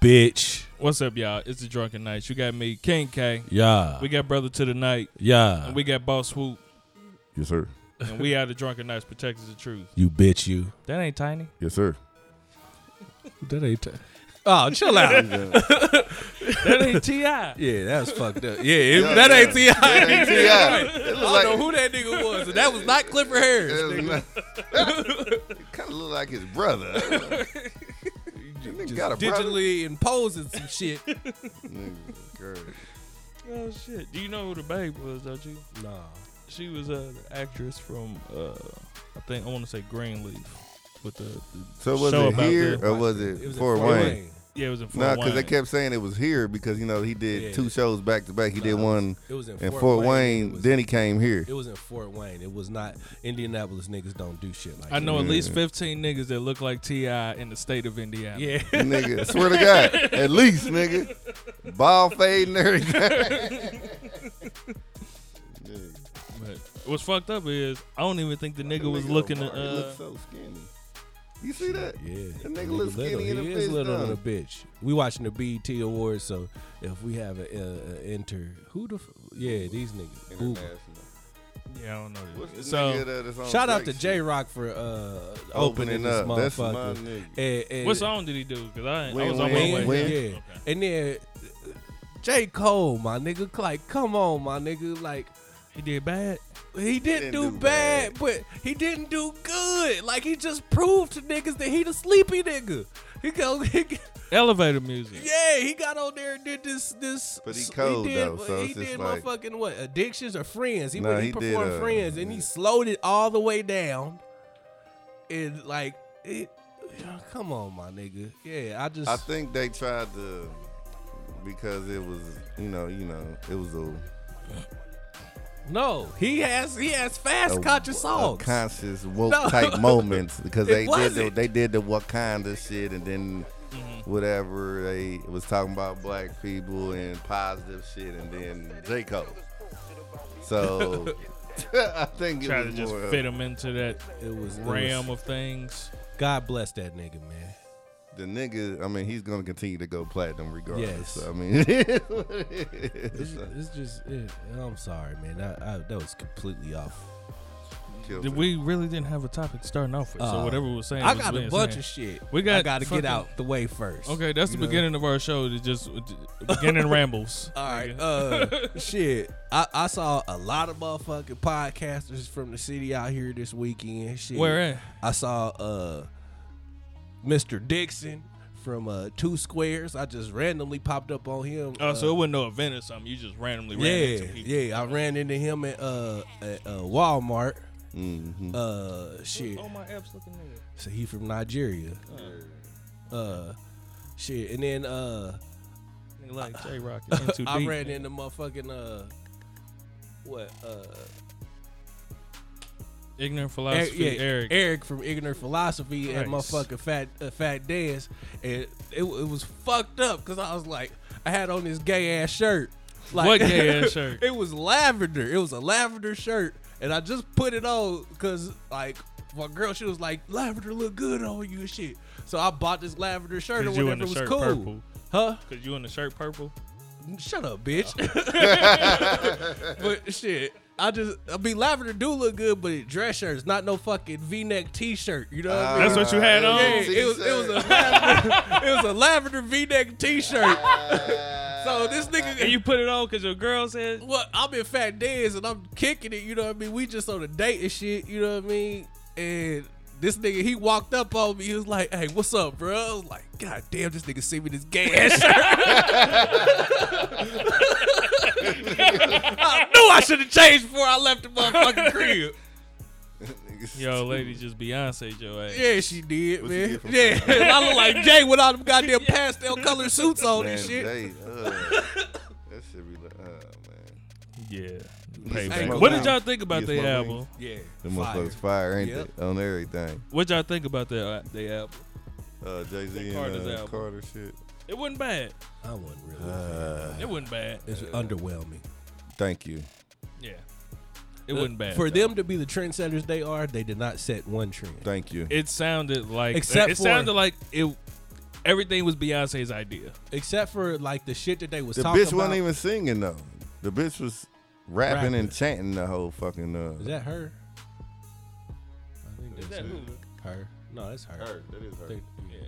bitch. What's up, y'all? It's the Drunken Knights. You got me, King K. Yeah. We got Brother to the Night. yeah. And we got Boss Swoop. Yes, sir. And we are the Drunken Knights Protectors of Truth. you bitch, you. That ain't tiny. Yes, sir. That ain't. oh, chill out. That ain't T.I. yeah, that was fucked up. Yeah, it- Yeah, that yeah. ain't T.I. That ain't T.I. It I look don't like- know who that nigga was. and that was not Clifford Harris. nigga. kind of look like his brother. That nigga got a brother. digitally imposing some shit. Nigga, girl. Oh, shit. Do you know who the babe was, don't you? no. She was uh, the actress from, uh, I think, I want to say Greenleaf. With the, the So was show it about here the- or was it, It was Fort in Wayne? yeah, it was in Fort No, because they Wayne. kept saying it was here because you know he did Yeah. two shows back to back. He did No, one It was in in Fort, Fort, Wayne. Wayne, It was, then he came here. it was in Fort Wayne. It was not Indianapolis niggas don't do shit like I know that. at least 15 niggas that look like T.I. in the state of Indiana. Yeah. nigga, swear to God, at least nigga, ball fade and everything. But what's fucked up is I don't even think the nigga was looking at. He Uh, looked so skinny. You see that? Yeah, That nigga look skinny in He the is bitch, little in a though. bitch. We watching the BET Awards, so if we have a, a, a enter, who the f- yeah these niggas. Google. International. yeah, I don't know. What's the so nigga that is on Shout out to Drake J shit? Rock for uh, Opening opening, this up. That's my motherfucker. nigga. And, and- what song did he do? Because I, ain't- I Win, was on my win, way. win. Yeah. And then uh, J Cole, my nigga, like come on, my nigga, like He did bad. He didn't, do, bad, but he didn't do good. Like he just proved to niggas that he the sleepy nigga. He go, he, g- Elevator music. yeah, he got on there and did this, this. But he cold, though, so he it's just did like- motherfucking what? Addictions or friends? He Nah, went, he, he did, performed uh, friends, and he slowed it all the way down. And like it, come on, my nigga. Yeah, I just I think they tried to because it was you know you know it was a, no. He has he has fast a- conscious a songs. conscious woke No. type moments because It they did the, wasn't. Mm-hmm. they did the Wakanda shit and then whatever they was talking about black people and positive shit and then J Cole. So I think it Try to was just more, fit him into that it was it was- ram of things. God bless that nigga, man. the nigga. I mean, he's gonna continue to go platinum regardless. Yes. So, I mean, it is what it is. It's, it's just, it, I'm sorry, man. I, I, that was completely off. Killed Did it. We really didn't have a topic starting off with. Uh, so whatever we were saying, I was got a being bunch said. of shit. We We got got. I got to fucking- get out the way first. Okay, that's the You know? beginning of our show. It's just uh, beginning rambles. All right. nigga. Uh, shit. I, I saw a lot of motherfucking podcasters from the city out here this weekend. Shit. Where at? I saw uh, Mr. Dixon from uh, Two Squares. I just randomly popped up on him. uh, Oh, so it wasn't no event or something. You just randomly ran yeah, into people. yeah. I ran into him at uh, at, uh Walmart. Mm-hmm. Mhm. Uh, shit. Oh my apps looking nigga. So he from Nigeria. Uh, shit. And then uh, Nigga like J Rock and too I deep. ran into motherfucking uh, what uh, Ignorant Eric, philosophy. Er, yeah, Eric. Eric. from Ignorant Philosophy and Nice. motherfucking Fat uh, Fat Dance, and it, it was fucked up because I was like, I had on this gay ass shirt. Like, What gay-ass shirt? it was lavender. It was a lavender shirt, and I just put it on because like. My girl, she was like, "Lavender look good on you and shit." So I bought this lavender shirt, and Cause you in whatever the it was shirt cool, purple. huh? Cause you in the shirt purple. Shut up, bitch. but shit, I just I mean lavender do look good, but it dress shirts, not no fucking V neck T shirt. You know what I mean? That's what you had Ah, on? Uh, yeah, yeah, it was it was a t-shirt. lavender, it was a lavender V neck T shirt. Ah. so this nigga, And you put it on because your girl said. well, I'm in Fat Dan's and I'm kicking it. You know what I mean? We just on a date and shit. You know what I mean? And this nigga, he walked up on me. He was like, "Hey, what's up, bro?" I was like, "God damn, this nigga see me this gay ass shirt." I knew I should have changed before I left the motherfucking crib. Niggas- Yo, lady, just Beyonce your ass. Yeah, she did, What you man. get from Yeah, I look like Jay with all them goddamn pastel colored suits on Man, and shit. they, uh, that should be like, oh man. Yeah. smoke Payback. What did weed. y'all think about You their smoke album? weed. Yeah, The fire. motherfuckers fire, ain't Yep. they? On everything. What y'all think about their uh, their album? Uh, Jay Z and Carter's uh, album. Carter shit. It wasn't bad. I wasn't really. Uh, It wasn't bad. it's underwhelming. Thank you. Yeah. It wasn't bad. For though. them to be the trendsetters they are, they did not set one trend. Thank you. it sounded like Except it for- sounded like it everything was Beyonce's idea. except for like the shit that they was The talking bitch about. wasn't even singing though. The bitch was rapping, Rapping. and chanting the whole fucking. Uh, Is that her? I think that's that it. who? her. No, that's her. That is I think- yeah.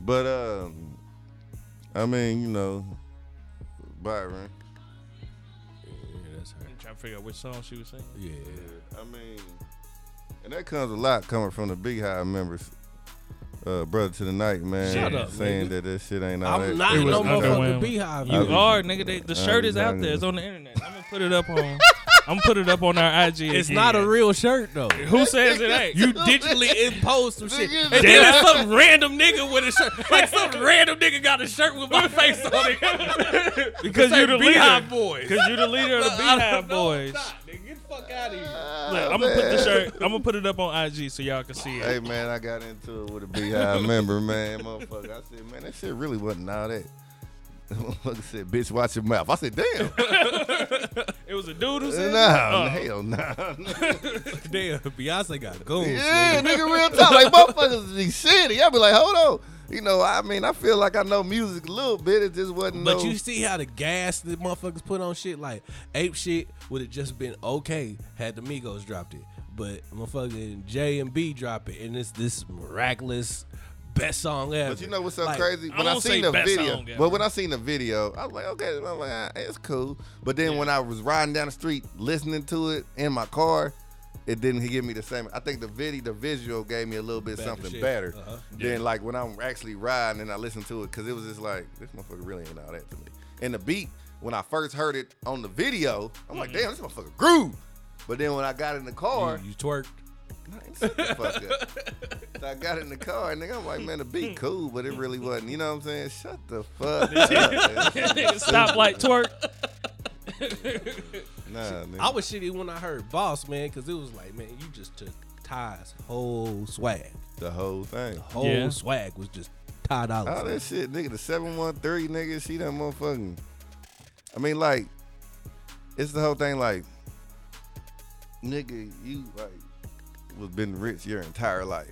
But um, I mean, you know, Byron. yeah, that's her. Oh, I'm trying to figure out which song she was singing. Yeah. I mean, and that comes a lot coming from the Big High members. Uh, brother to the night, man. Shut up, saying nigga. that that shit ain't all I'm that. not It was no motherfucking underwhelming. beehive. You was- nigga. are nigga. They, the shirt is out there. It's on the internet. I'm gonna put it up on. I'm gonna put it up on our IG. It's again. not a real shirt though. Who says it ain't? You digitally imposed some shit. Nigga, And then it's some random nigga with a shirt. Like some random nigga got a shirt with my face on it. because you the Beehive leader. boys. Because you the leader of the I don't Beehive know. Boys. Stop, nigga. Get the fuck out of here. Look, I'm gonna put the shirt. I'm gonna put it up on IG so y'all can see it. Hey man, I got into it with a Big High member, man. Motherfucker, I said, man, that shit really wasn't all that. Motherfucker said, bitch, watch your mouth. I said, damn. It was a dude who said. Nah, Oh. hell nah. Damn, Beyonce got goons. yeah, nigga, real talk. Like motherfuckers be shitty. I be like, hold on. You know, I mean, I feel like I know music a little bit. It just wasn't. But no, you see how the gas that motherfuckers put on shit like ape shit would have just been okay had the Migos dropped it, but motherfucking J and B drop it, and it's this miraculous best song ever. But you know what's so Like, crazy? I When I, won't say seen the best video, song ever. but when I seen the video, I was like, okay, I'm like, ah, it's cool. But then when I was riding down the street listening to it in my car, it didn't give me the same. I think the video, the visual gave me a little bit Better something shit. better Uh-huh. than like when I'm actually riding and I listen to it because it was just like this motherfucker really ain't all that to me. And the beat when I first heard it on the video, I'm Mm-hmm. like, damn, this motherfucker groove. But then when I got in the car, You, you twerked. Man, shut the fuck up. So I got in the car and nigga, I'm like, man, the beat cool, but it really wasn't. You know what I'm saying? Shut the fuck up. man. Stop like twerk. Nah, nigga. I was shitty when I heard Boss Man because it was like, man, you just took Ty's whole swag. the whole thing. Whole Yeah. swag was just Ty Dolla. All that shit, nigga. The seven one three, nigga. She done motherfucking. I mean, like, it's the whole thing. Like, nigga, you like was been rich your entire life.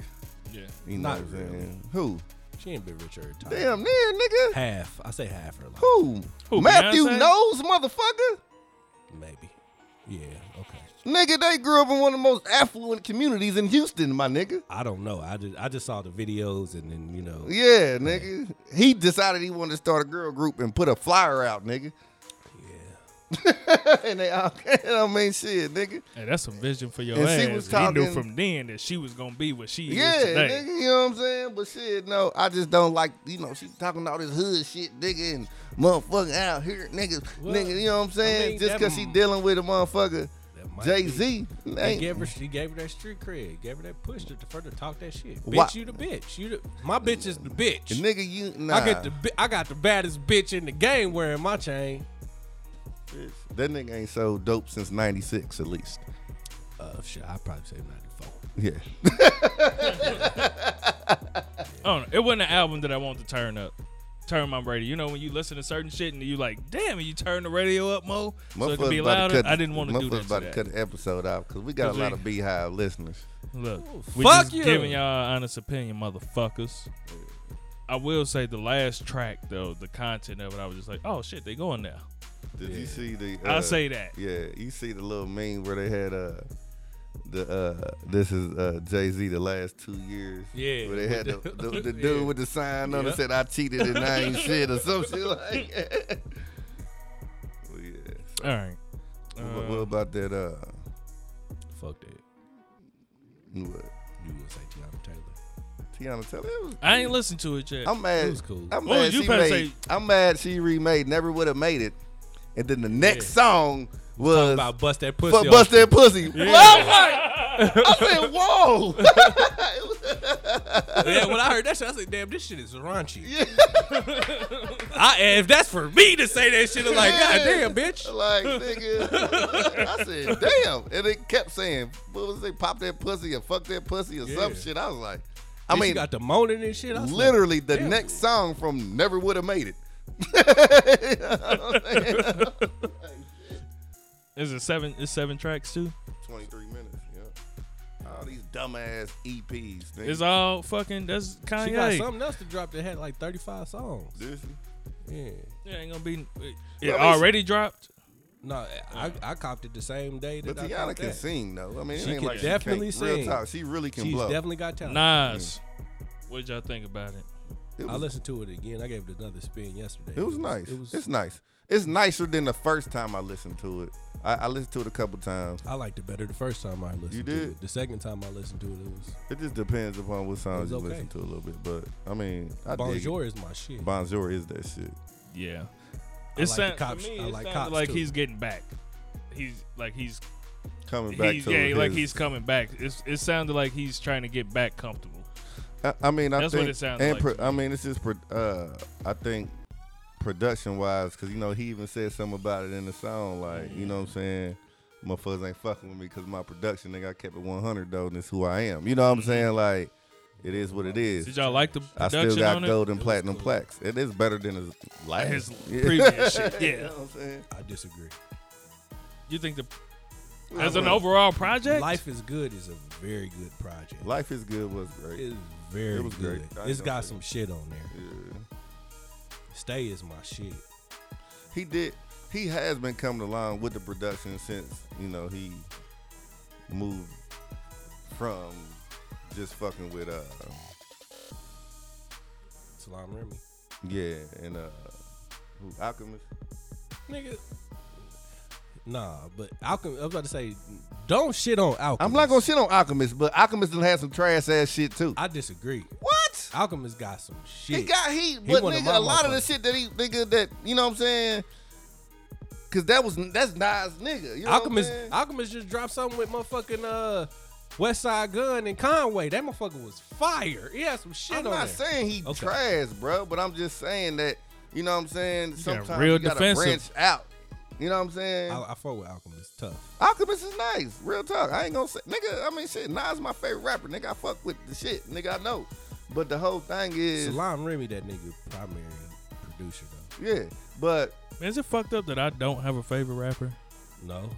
Yeah. You know Not what I'm really. saying? Who? She ain't been rich her entire Damn near, nigga. Half, I say half her life, Who? Who, Matthew Beyonce? knows, motherfucker. maybe. Yeah, okay. Nigga, they grew up in one of the most affluent communities in Houston, my nigga. I don't know. I just I just saw the videos and then you know Yeah, nigga. He decided he wanted to start a girl group and put a flyer out, nigga. Yeah. and they all, I mean, shit, nigga. Hey, that's some vision for your And ass. she was he knew talking- from then that she was gonna be what she Yeah, is today. nigga, you know what I'm saying? But shit, no, I just don't like, you know, she's talking all this hood shit, nigga, and motherfucking out here, nigga, Well, nigga, you know what I'm saying? mean, just that because she dealing with a motherfucker, that might Jay be- Z. They gave her she gave her that street cred, gave her that push to for her to talk that shit. Bitch, Why- you the bitch. You the my bitch is the bitch. Nigga, you, nah. I get the bi- I got the baddest bitch in the game wearing my chain. that nigga ain't so dope since 96, at least. Uh, shit, I probably say ninety four. Yeah. I don't know. It wasn't an album that I wanted to turn up. Turn my radio. You know when you listen to certain shit and you like, damn, and you turn the radio up, Mo, so it Motherfuckers can be about louder. cut- I didn't want to do motherfuckers that. about today. to cut the episode off because we got a Cause lot we- of Beehive listeners. Look, Ooh, we fuck just you. giving y'all our honest opinion, motherfuckers. I will say the last track though, the content of it, I was just like, oh shit, they going now. Did you see the? I'll uh, say that. Yeah, you see the little meme where they had uh the uh this is uh Jay Z the last two years. Yeah, where they had the, with the, the- the dude yeah. with the sign on Yep. it said I cheated and I ain't shit or some shit like. that. well, yeah. All right. So what, what about that? Uh, Fuck that. what? You gonna say Tiana Taylor? Tiana Taylor. It was- I ain't listened to it yet. I'm mad. It was cool. I'm What mad was you she about to made. say? I'm mad she remade. Never would have made it. And then the next song Talking was about bust that pussy. "Fuck Bust open. That Pussy." Well, I was like, I said, "Whoa!" yeah, when I heard that shit, I said, "Damn, this shit is raunchy." Yeah. I, and if that's for me to say that shit, I'm like, "God damn, bitch." Like, nigga, I said, "Damn!" And they kept saying, "What was they? Pop that pussy or fuck that pussy or some Yeah. shit." I was like, I Bitch, you mean, got the moaning and shit. I was like, literally the damn. next song from "Never Would Have Made It." Is it seven? Is seven tracks too? Twenty-three minutes. Yeah. all these dumbass EPs. Nigga. It's all fucking. That's She got Kanye. something else to drop that had like 35 songs. This- Yeah. It ain't gonna be. It, it Well, I mean, already dropped. No, I, I copped it the same day that But I Tiana copped can that. sing though. I mean, it She ain't can like definitely she can't. Real sing. talk, she really can She's blow. definitely got talent. Nas. What y'all think about it? It I was, listened to it again. I gave it another spin yesterday. it was nice. It was. it's nice. It's nicer than the first time I listened to it. I, I listened to it a couple times. I liked it better the first time I listened. You To did? it. The second time I listened to it, it was It just depends upon what songs was okay. you listen to a little bit. But I mean, I dig Bonjour is my shit. it. Bonjour is that shit. I Yeah. It like the sound- to cops- me, I it like sounded cops, like too. he's getting back. He's like he's Coming back he's to yeah, his, like he's coming back. It's, it sounded like he's trying to get back comfortable. I, I mean, I That's what think, it sounds and like pro- to I mean, it's just pro- uh, I think production wise, because you know he even said something about it in the song, like you know what I'm Mm-hmm. saying. Motherfuckers ain't fucking with me because my production nigga, I kept it 100 though, and it's who I am. You know what I'm saying? Like, it is what Mm-hmm. it Did is. y'all like the I production still got on gold it? and platinum plaques. It is better than his last. His Yeah. previous shit, you know yeah. what I'm saying? I disagree. You think the as I an mean, overall project? Life is good is a very good project. Life is good was great. is very It was good. great. I It's ain't got gonna some shit on there. Yeah. Stay is my shit. he did he has been coming along with the production since you know he moved from just fucking with uh Salam Remy. yeah and uh who, alchemist Nigga. Nah, but Alchemist, I was about to say, don't shit on Alchemist. i'm not gonna shit on alchemist but alchemist done had some trash ass shit too I disagree. what Alchemist got some shit. he got heat He but one of nigga my a lot of the motherfuckers. shit that he nigga that you know what i'm saying Cause that was that's Nas nigga. You know Alchemist, what I'm saying? Alchemist just dropped something with motherfucking uh, West Side Gun and Conway. That motherfucker was fire. He had some shit I'm on there. not saying he Okay. trash, bro, but I'm just saying that you know what I'm saying. sometimes real you gotta defensive. branch out. You know what I'm saying? I, I fuck with Alchemist. Tough. Alchemist is nice, real talk. I ain't gonna say, nigga. I mean, shit. Nas my favorite rapper, nigga. I fuck with the shit, nigga. I know, but the whole thing is, Salam Remy, that nigga primary producer though. yeah. But Is it fucked up that I don't have a favorite rapper? No,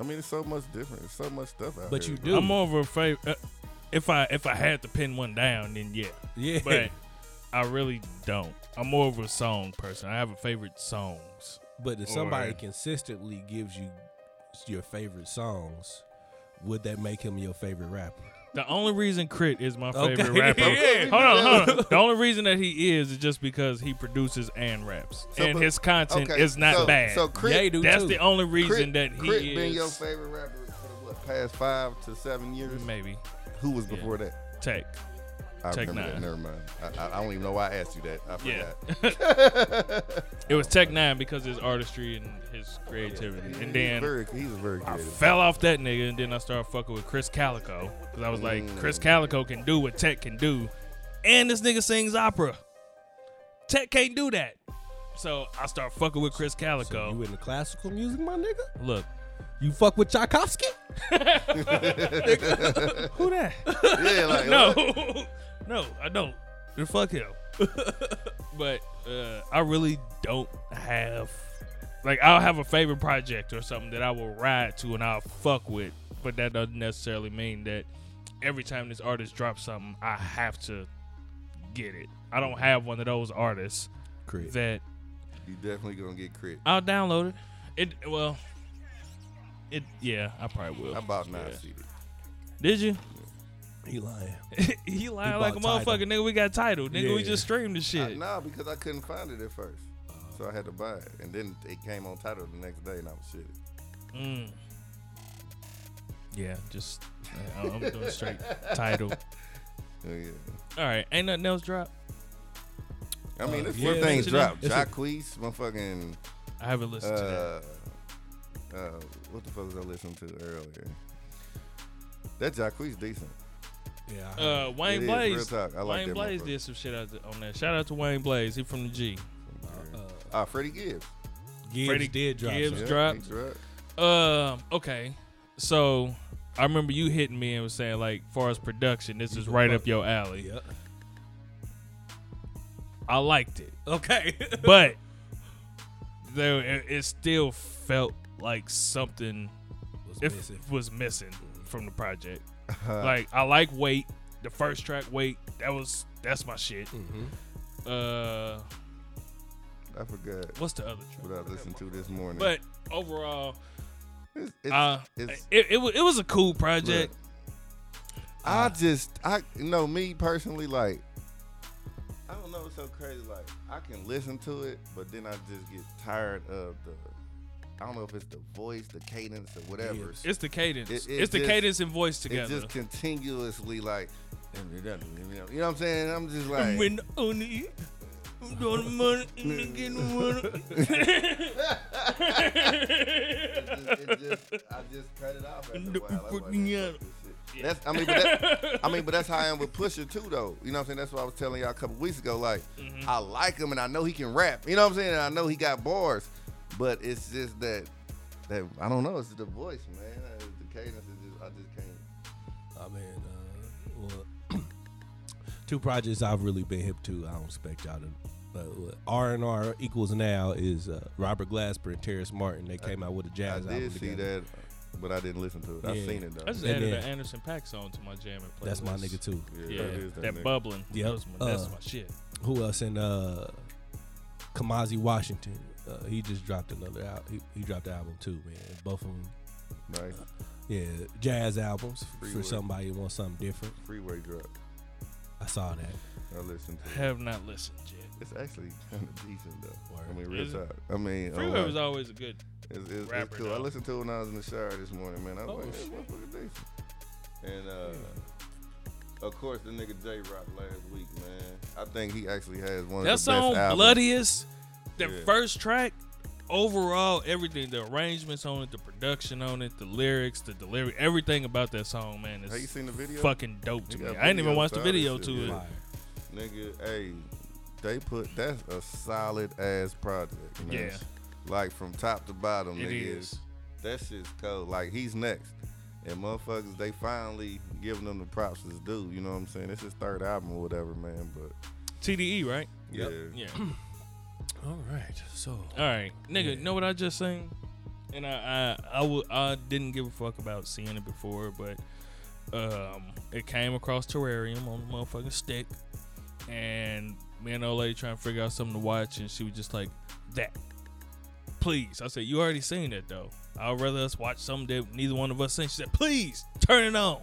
I mean, it's so much different. It's so much stuff out but here. you do. I'm more of a favorite. Uh, if I if I had to pin one down, then yeah. yeah. But I really don't. I'm more of a song person. I have a favorite songs. But if somebody Or- consistently gives you your favorite songs, would that make him your favorite rapper? The only reason Crit is my Okay. favorite rapper. Yeah. Hold on, hold on. The only reason that he is is just because he produces and raps, So, and but- his content Okay, is not so, bad. So Crit, Ye do That's too. the only reason Crit, that he Crit is. been your favorite rapper for what past five to seven years? Maybe Who was before that? Tech. I Tech remember that. Nine. Never mind. I, I, I don't even know why I asked you that. I forgot. Yeah. It was Tech Nine because his artistry and his creativity, and he's then very, he's very I creative. fell off that nigga, and then I started fucking with Chris Calico because I was like, Chris Calico can do what Tech can do, and this nigga sings opera. Tech can't do that, so I start fucking with Chris Calico. You in the classical music, my nigga? Look, You fuck with Tchaikovsky? who that? yeah, like what? no, no, I don't. Then Fuck him. but uh, I really don't have like I'll have a favorite project or something that I will ride to and I'll fuck with, but that doesn't necessarily mean that every time this artist drops something, I have to get it. I don't have one of those artists Crit. that You definitely gonna get crit. I'll download it. It well, it yeah, I probably will. I bought nine Yeah. seated. Did you? He lying. he lying He like a bought motherfucker, Tidal. nigga. We got title, nigga. We Yeah. just streamed the shit. I, nah, because I couldn't find it at first, so I had to buy it, and then it came on title the next day, and I was shit. Mm. Yeah, just I- I'm doing straight title. Oh, yeah. All right, ain't nothing else drop. I mean, Uh, this yeah, one thing it's a- dropped. it's a- Jacquees, motherfucking. I haven't listened to that. Uh, uh, what the fuck was I listening to earlier? That Jacquees decent. Yeah. I heard. Uh, Wayne it is, Blaze. real talk. I like Wayne that Blaze motherfucker. did some shit out th- on that. Shout out to Wayne Blaze. He from the G. Uh, Ah, Freddie Gibbs. Gibbs Freddie did drop Gibbs. some. he dropped. dropped. Um. Okay. So I remember you hitting me and was saying like, far as production, this is right up your alley. Yeah. I liked it, Okay. but there it, it still felt like something Was if missing. was missing from the project. Uh-huh. Like I like Wait, the first track Wait. That was that's my shit. Mm-hmm. Uh, I forgot what's the other track? what I listened to this morning. But overall, it's, it's, uh, it's- it, it, wa- it was a cool project. I just, I you know me personally, like, I don't know, it's so crazy. Like, I can listen to it, but then I just get tired of the, I don't know if it's the voice, the cadence, or whatever. Yes. It's the cadence. It- it it's the just- cadence and voice It's together. just continuously like, you know what I'm saying? I'm just like, When only you don't money in the getting one. it just, I just cut it off after a while. I wasn't Yeah. fuck with shit. That's, I mean, but that, I mean, but that's how I am with Pusha too, though. You know what I'm saying? That's what I was telling y'all a couple weeks ago. Like, Mm-hmm. I like him and I know he can rap. You know what I'm saying? And I know he got bars, but it's just that that I don't know. It's the voice, man. It's the cadence. It's just, I just can't. I mean, uh, well, two projects I've really been hip to. I don't expect y'all to. But R and R equals now is uh, Robert Glasper and Terrence Martin. They came out with a I jazz album did see together. that, but I didn't listen to it. I Yeah. seen it though. I just And added then- an Anderson Pack song to my jam and playlist. That's my nigga too. Yeah, that is that, nigga. bubbling. Yep. That was my, that's Uh, my shit. Who else? And uh, Kamazi Washington. Uh, he just dropped another out. He, he dropped an album too, man. Both of them, Nice yeah, jazz albums Free for Will. somebody who wants something different. freeway drop. I saw that. I listened to. it. Have not listened yet. It's actually kind of decent though. Word. I mean, real Is it? talk. I mean, oh, Freeway wow. was always a good. It's, it's, it's rapper, cool. I though. listened to it when I was in the shower this morning, man. I was Oh, like, hey, shit. motherfucker decent. And uh, of course, the nigga J Rock last week, man. I think he actually has one That of the song, best albums. bloodiest. The Yeah. first track, overall, everything, the arrangements on it, the production on it, the lyrics, the delivery, everything about that song, man, Have you is seen the video? fucking dope to They me. got I didn't even videos watch the out and video shit, to yeah. it. Fire. Nigga, hey, they put that's a solid ass project, man. Yeah. Like from top to bottom, It nigga. is. That shit's cold. Like he's next. And motherfuckers, they finally giving them the props that's due. You know what I'm saying? It's his third album or whatever, man. But TDE, E, right? Yep. yeah, Yeah. All right, so All right, nigga. Yeah. Know what I just sang? And I, I, I, w- I didn't give a fuck about seeing it before, but um, it came across Terrarium on the motherfucking stick, and me and old lady trying to figure out something to watch, and she was just like, "That, please." I said, "You already seen that though. I'd rather us watch something that neither one of us seen." She said, "Please turn it on,"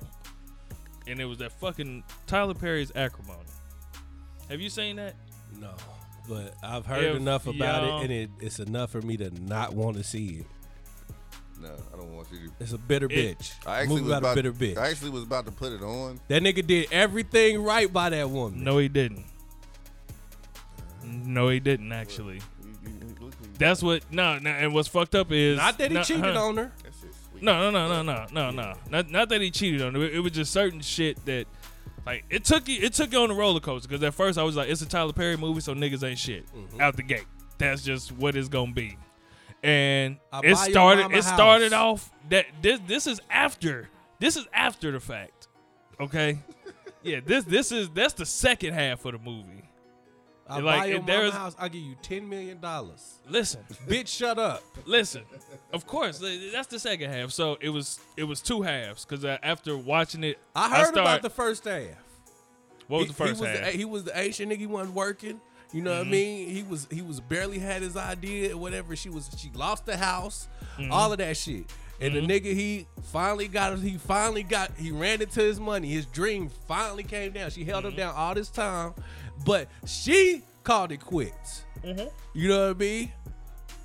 and it was that fucking Tyler Perry's Acrimony. Have you seen that? no, but I've heard If enough about y'all- it, and it, it's enough for me to not want to see it. no, I don't want you to It's a bitter It- bitch. I actually Movie was about, about a bitter bitch. I actually was about to put it on. that nigga did everything right by that woman. No, he didn't. No, he didn't actually. You- you- you- look who you- That's what no, no and what's fucked up is Not that he no, cheated huh. on her. that shit's sweet. No, no, no, no, no, no, no. Not, not that he cheated on her. It, it was just certain shit that, like, it took you, it took you on the roller coaster. Because at first I was like, it's a Tyler Perry movie, so niggas ain't shit Mm-hmm. out the gate. That's just what it's gonna be. And I it buy your started, mama it started house. off that this, this is after, this is after the fact. Okay, yeah, this, this is that's the second half of the movie. I Like, buy your if there's- mama house. I give you ten million dollars. Listen, Bitch, shut up. Listen, of course, th- that's the second half. So it was it was two halves because after watching it, I heard started, about the first half. what was He- the first he was half. Mm-hmm. The, he was the Asian nigga. He wasn't working. You know what I mean? He was he was barely had his idea and whatever. She was she lost the house, Mm-hmm. all of that shit. And the nigga he finally got he finally got he ran into his money. His dream finally came down. She held Mm-hmm. him down all this time, but she called it quits. Mm-hmm. You know what I mean?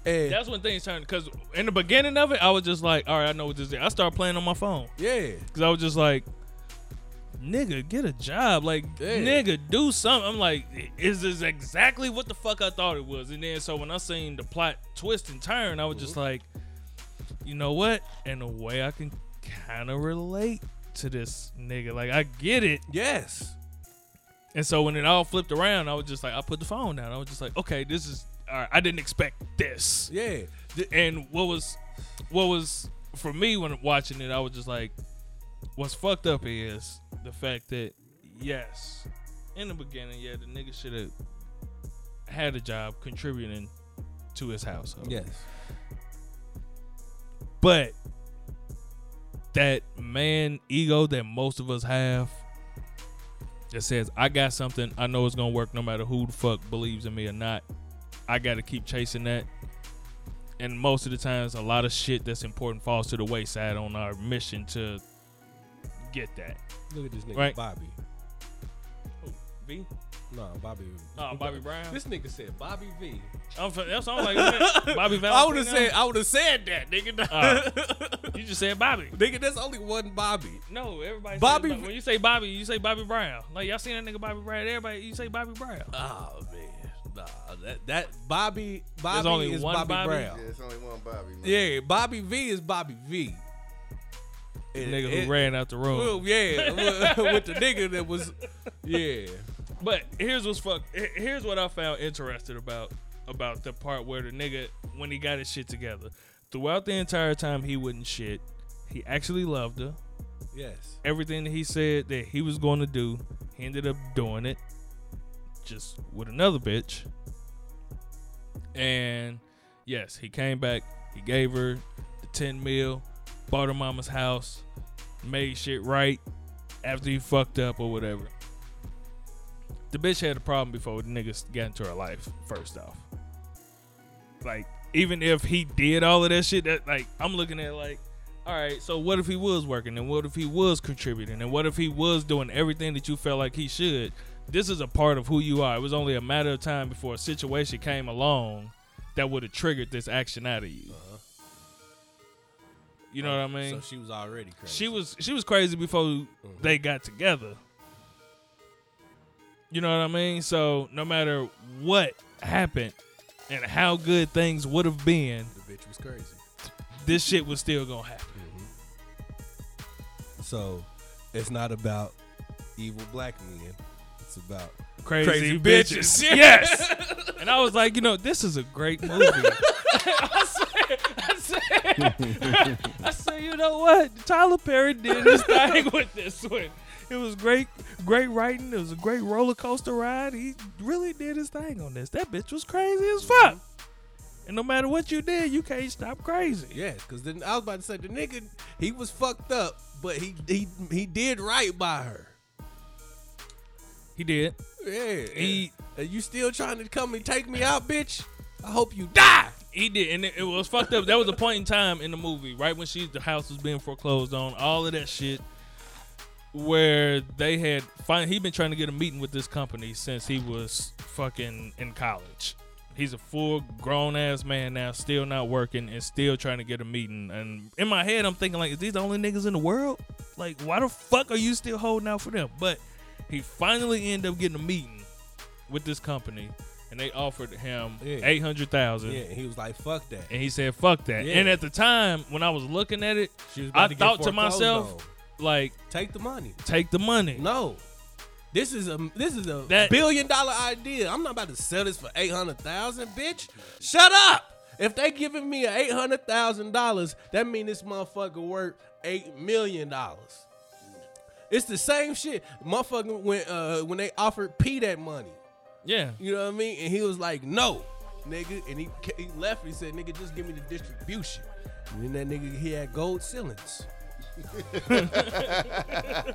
And that's when things turned because in the beginning of it, I was just like, all right, I know what this is. I started playing on my phone yeah, because I was just like, nigga, get a job, like Yeah. nigga, do something. I'm like, is this exactly what the fuck I thought it was? And then so when I seen the plot twist and turn, I was just like, you know what? In a way, I can kind of relate to this nigga. Like I get it. yes. And so when it all flipped around, I was just like, I put the phone down. I was just like, okay, this is all right. I didn't expect this. Yeah. Th- And what was, what was for me when watching it, I was just like, what's fucked up is the fact that yes, in the beginning, yeah, the nigga should have had a job contributing to his household. Yes. But that man ego that most of us have that says, I got something, I know it's gonna work no matter who the fuck believes in me or not. I gotta keep chasing that. And most of the times a lot of shit that's important falls to the wayside on our mission to get that. Look at this nigga Right. Bobby. V? No, Bobby. Oh, Bobby Brown. This nigga said Bobby V. I'm, fin- that's all I'm like, man, Bobby Valentine. I would have said uh, I would have said that, nigga. you just said Bobby. nigga, there's only one Bobby. No, everybody. says Bobby- Bo- when you say Bobby, you say Bobby Brown. Like y'all seen that nigga Bobby Brown? Everybody, you say Bobby Brown. Oh man, nah, that that Bobby Bobby only is one Bobby, Bobby? Brown. Yeah, it's only one Bobby. Man. Yeah, Bobby V is Bobby V. The And- nigga and- who ran out the room. Well, yeah, with- with the nigga that was, yeah, But here's what's fuck. he- Here's what I found interesting about about the part where the nigga when he got his shit together. Throughout the entire time he wouldn't shit. He actually loved her. yes, Everything that he said that he was going to do, he ended up doing it, just with another bitch. And yes, he came back. He gave her the ten mil, bought her mama's house, made shit right after he fucked up or whatever. The bitch had a problem before the niggas got into her life. First off, like even if he did all of that shit, that like I'm looking at it like, all right, so what if he was working and what if he was contributing and what if he was doing everything that you felt like he should? This is a part of who you are. It was only a matter of time before a situation came along that would have triggered this action out of you. You know what I mean? So she was already crazy. She was she was crazy before they got together. You know what I mean? So no matter what happened and how good things would have been, the bitch was crazy. this shit was still gonna happen. So it's not about evil black men. It's about Crazy, Crazy bitches. bitches. Yes. and I was like, you know, this is a great movie. I said, I said, I said, you know what? Tyler Perry did his thing with this one. It was great, great writing. It was a great roller coaster ride. He really did his thing on this. That bitch was crazy as fuck. And no matter what you did, you can't stop crazy. yes, because then I was about to say the nigga he was fucked up, but he he he did right by her. He did. Yeah, He- and, and you still trying to come and take me out, bitch? I hope you die. He did, and it, it was fucked up. That was a point in time in the movie, right when she the house was being foreclosed on, all of that shit, where they had fine. He been trying to get a meeting with this company since he was fucking in college. He's a full grown ass man now, still not working and still trying to get a meeting. And in my head, I'm thinking like, is these the only niggas in the world? Like, why the fuck are you still holding out for them? But he finally ended up getting a meeting with this company, and they offered him Yeah. eight hundred thousand Yeah, and he was like, fuck that. and he said, "Fuck that." Yeah. And at the time when I was looking at it, She was about I to get thought to foreclosed myself, on. like, take the money. take the money. No. This is a this is a That- billion dollar idea. I'm not about to sell this for eight hundred thousand, bitch. Shut up. If they giving me eight hundred thousand dollars, that mean this motherfucker worth eight million dollars. It's the same shit, motherfucker. When uh when they offered P that money, Yeah, you know what I mean, and he was like, no, nigga, and he ca- he left. He said, nigga, just give me the distribution. And then that nigga he had gold ceilings.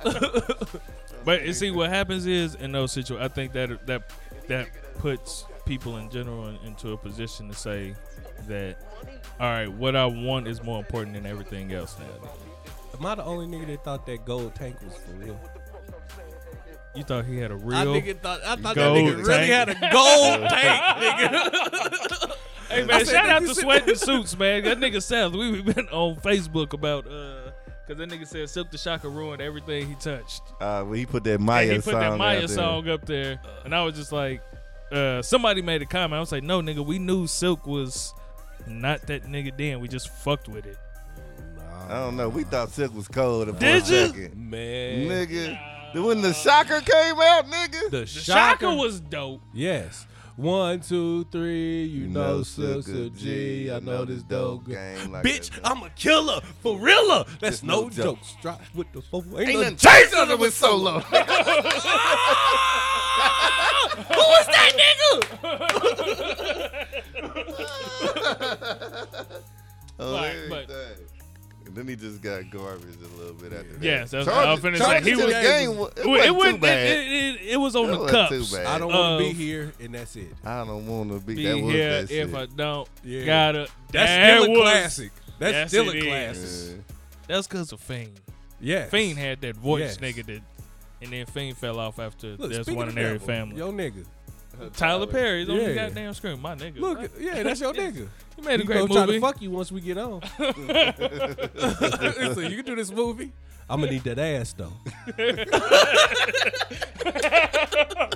but and see what happens is in those situations, I think that that that puts people in general in- into a position to say that, all right, what I want is more important than everything else. Now, Am I the only nigga that thought that gold tank was for real? you thought he had a I real. nigga thought I thought that Gold nigga really had tank. a gold tank. Hey man, said, shout out nigga, to sit- Sweat and Suits, man. That nigga Seth, we we been on Facebook about uh, cause that nigga said Silk the Shocker ruined everything he touched. Uh, well, he put that And Maya he put song. that out Maya there. song up there, and I was just like, uh, somebody made a comment. I was like, no, nigga, we knew Silk was not that nigga then. We just fucked with it. I don't know. We thought Silk was cold. at Did first you? second. Man, Nigga, when the shocker came out, nigga, the The shocker, Shocker was dope. yes. One, two, three. You know, Silk's a G. I know this dope game. game. Like Bitch, that. I'm a killer for realer. That's no no joke. joke. Strike with the four. Ain't, ain't nothing nothing. chasing her with solo. Who was that nigga? Oh, Right, but- everything. And then then he just got garbage a little bit after that. Yes, that's what I was Charges, finna say. charges He to was- the game. wa- It, Well, wasn't it, too wasn't, bad. it, it, it- it was on It the wasn't cups. too bad. I don't want to be Of- here, and that's it. I don't want to be. Be that was here that if shit. I don't Yeah. gotta. That's that still a was- classic. That's Yes, still a it is. classic. Yeah. That's because of Fiend. Yeah. Fiend had that voice, Yes. nigga. That, and then Fiend fell off after Look, there's speaking one of in every devil, family. Yo, nigga. Tyler Perry's on the Yeah. goddamn screen, my nigga. Look, yeah, that's your Yeah. nigga. he made a He great gonna try movie. to fuck you once we get on. so you can do this movie. I'm gonna need that ass though.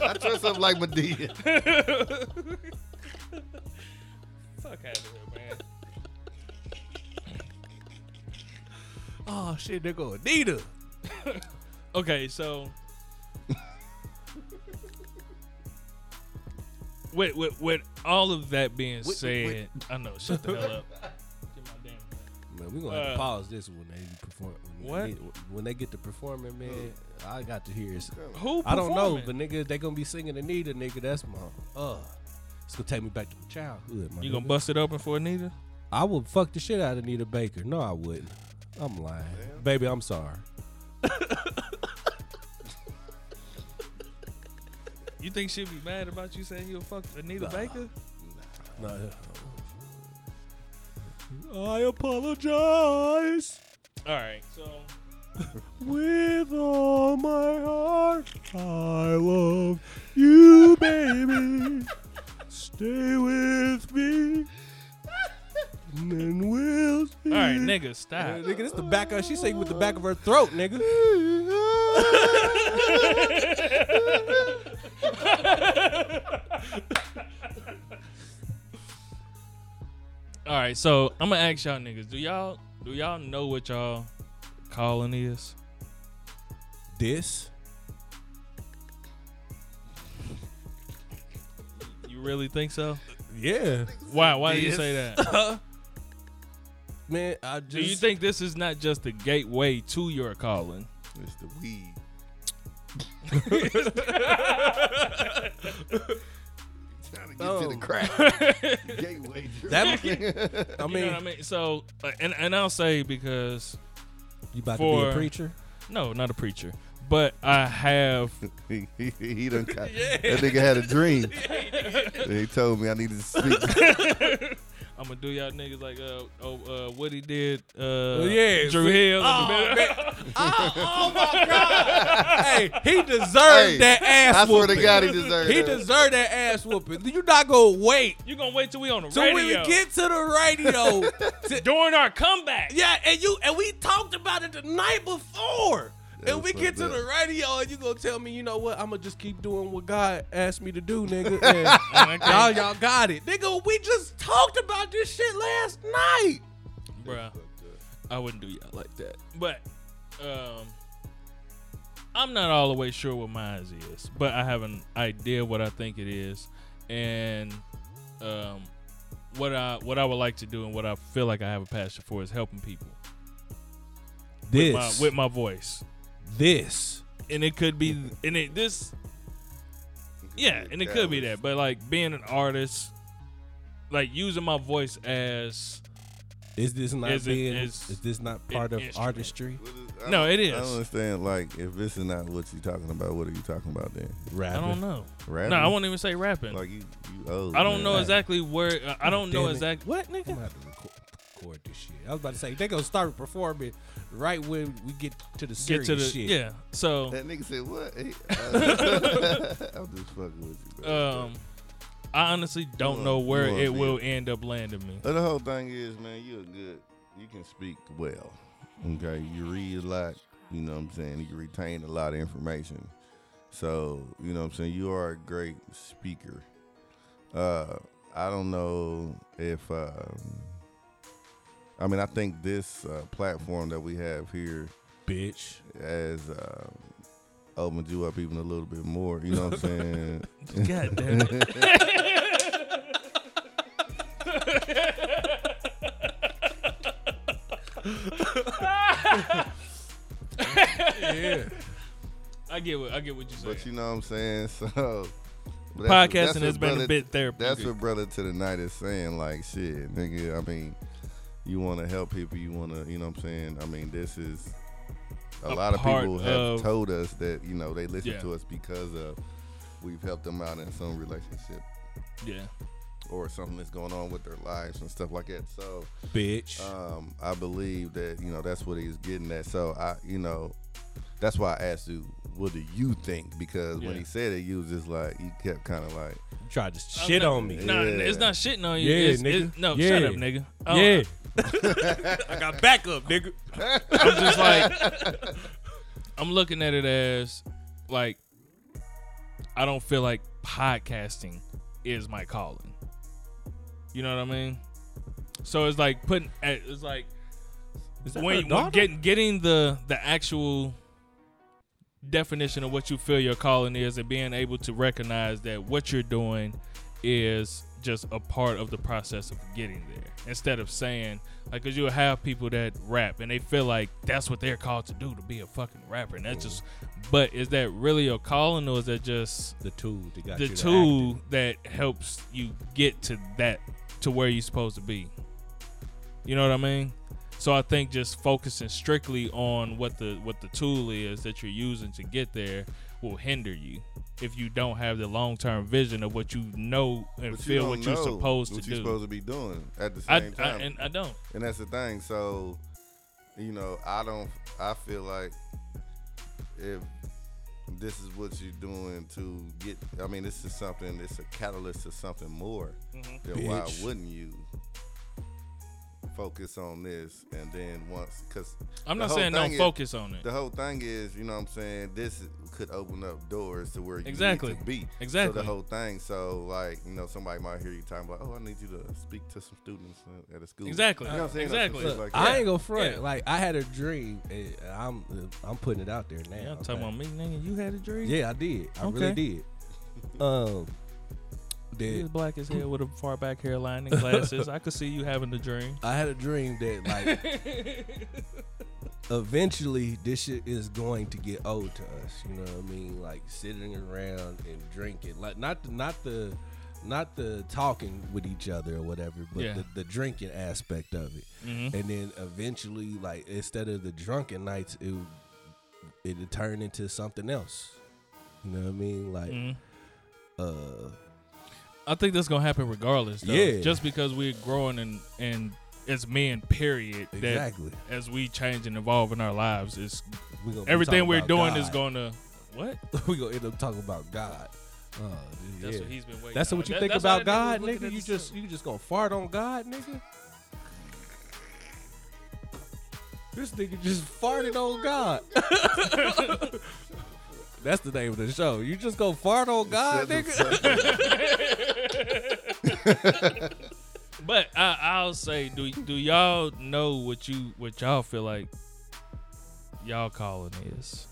I trust him like Medea. Fuck out of here, man. Oh shit, they go Anita. Okay, so with, with with all of that being said, I know shut the hell up. Get my damn- Man, we gonna have Uh, to pause this when they perform. When what? They, when they get to performing, man, I got to hear. It. Who I don't know, performing? but nigga, they gonna be singing Anita, nigga. That's my uh. It's gonna take me back to my childhood. My you nigga. gonna bust it open for Anita? I would fuck the shit out of Anita Baker. No, I wouldn't. I'm lying, baby. I'm sorry. You think she'd be mad about you saying you'll fuck Anita Baker? No. I apologize All right, so with all my heart. I love you, baby. Stay with me. And then we'll see. all right, nigga, stop. Nigga, this the back of she sing with the back of her throat, nigga. All right, so I'm gonna ask y'all niggas, do y'all do y'all know what y'all calling is? This You really think so? Yeah. Why? Why do you Yes. say that? Man, I just do you think this is not just the gateway to your calling? It's the weed. Trying to get to the Oh. crack. Gateway. drug. That I mean, You you, know what I mean? So, uh, and and I'll say because about to be For- a preacher? no, not a preacher, but I have he, he, he done caught. That nigga had a dream. he told me I needed to speak. I'm gonna do y'all niggas like uh oh uh what he did uh yeah, Drew see- Hill. Oh, my god! hey, he deserved that ass I swear to whooping. God, he deserved He that. deserved that ass whooping. You not gonna wait You gonna wait till we on the till we radio get to the radio. to- during our comeback? yeah, and you and we talked about it the night before. That and was we get to fucked the up. radio, and you gonna tell me, you know what? I'm gonna just keep doing what God asked me to do, nigga. And Oh, y'all, y'all got it, nigga. We just talked about this shit last night. Bruh, I wouldn't do y'all like that. But um, I'm not all the way sure what mine is, but I have an idea what I think it is, and um, what I what I would like to do and what I feel like I have a passion for is helping people This, my, with my voice. this, and it could be and it this yeah and it could be that but like being an artist like using my voice as Is this not Is it- being? is- is, this not part an of instrument. artistry? What is- I No, don't- it is. I don't understand. Like, if this is not what you talking about, what are you talking about then? i Rapping. don't know Rapping? no i won't even say rapping Like you, you old. i don't man. know exactly where uh, i don't know Damn it. exactly what I'm nigga gonna have to record, record this shit. I was about to say they gonna start performing right when we get to the get serious to the shit. yeah so That nigga said what? He- uh, I'm just fucking with you, bro. um i honestly don't Come know on, where come on, it man. will end up landing me But the whole thing is, man, you're good. You can speak well. Okay, you read a lot. You know what I'm saying. You retain a lot of information. So you know what I'm saying. You are a great speaker. Uh, I don't know if. Um, I mean, I think this uh, platform that we have here bitch. has um, opened you up even a little bit more. You know what I'm saying? god damn it Yeah, i get what i get what you're But you saying know what I'm saying? So but that's- that's podcasting what has been brother- a bit therapeutic That's what brother to the night is saying. Like shit, nigga. I mean, you want to help people. You want to, you know what I'm saying? I mean, this is a, A lot of part people have of- told us that, you know, they listen Yeah. to us because of we've helped them out in some relationship Yeah. or something that's going on with their lives and stuff like that. So, bitch. um, I believe that you know that's what he's getting at. So I, you know, that's why I asked you, what do you think? Because when Yeah. he said it, you was just like, you kept kind of like, You tried to shit I'm not- on me. Nah, Yeah. it's not shitting on you. Yeah, it's, nigga. it's- no, Yeah. shut up, nigga. I don't- yeah. Oh. I got backup, nigga. I'm just like, I'm looking at it as like, I don't feel like podcasting is my calling. You know what I mean? So it's like putting, it's like Is that her when, when daughter? getting getting the the actual definition of what you feel your calling is, and being able to recognize that what you're doing is just a part of the process of getting there. Instead of saying like, because you'll have people that rap and they feel like that's what they're called to do to be a fucking rapper, and that's just. But is that really your calling, or is that just the tool that got the you to tool act that helps you get to that to where you're supposed to be. You know what I mean? So I think just focusing strictly on what the what the tool is that you're using to get there will hinder you if you don't have the long term vision of what you know and but you feel don't what you're know supposed what to you're do. supposed to be doing at the I, same I time, and and, I don't. that's the thing. So, you know, I don't, I feel like if this is what you're doing to get, I mean, this is something, it's a catalyst to something more. Mm-hmm. then why Bitch. wouldn't you focus on this and then once because I'm The not whole saying thing don't is- focus on it. the whole thing is you know what i'm saying this is- could open up doors to where you Exactly. need to be so Exactly. the whole thing so like you know somebody might hear you talking about oh i need you to speak to some students uh, at a school Exactly. you know what i'm saying Or some Exactly. shit Look, like I that. ain't gonna front. Yeah. Like I had a dream, and I'm I'm putting it out there now. Yeah, I'm talking okay? about me, nigga. You had a dream. Yeah, I did. I really Okay. did. Um, He that was black as hell with a far back hairline and glasses. I could see you having the dream. I had a dream that like eventually this shit is going to get old to us. You know what I mean? Like sitting around and drinking, like not the not the not the talking with each other or whatever, but Yeah. Mm-hmm. the, the drinking aspect of it. And then eventually, like instead of the drunken nights, it would- it would turn into something else. You know what I mean? Like, Mhm. uh, I think that's gonna happen regardless. Though. Yeah. Just because we're growing and and as men, period. that exactly. as we change and evolve in our lives, it's We gonna be everything talking we're about doing God. is going to what? we gonna end up talking about God. Oh, dude, That's yeah. what he's been waiting. That's on. what you That- think that's how about that God, was looking nigga. at You the just sun. you just gonna fart on God, nigga. This nigga just farted on God. That's the name of the show. You just gonna fart on God, Shut the nigga. fuck up. But I, I'll say, do do y'all know what you what y'all feel like y'all calling is?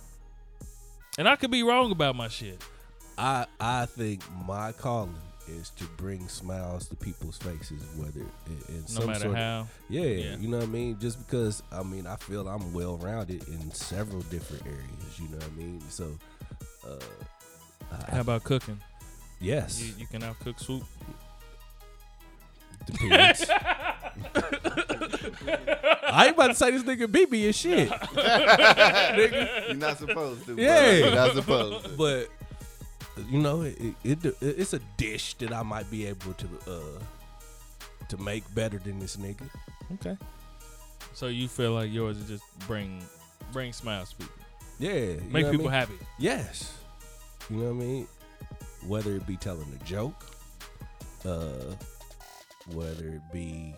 And I could be wrong about my shit. I I think my calling is to bring smiles to people's faces, whether in, in No some matter sort of how. Yeah, Yeah. you know what I mean? Just because I mean I feel I'm well rounded in several different areas, you know what I mean? So uh I- How about cooking? yes. You, you can now cook soup. depends. I ain't about to say this nigga beat me and shit. you're not supposed to bro. Yeah. you're not supposed to But you know, it, it, it it's a dish that I might be able to uh to make better than this nigga. Okay. So you feel like yours is just bring bring smiles to people, Yeah. you know make what I people mean? happy. Yes. You know what I mean? Whether it be telling a joke, uh, whether it be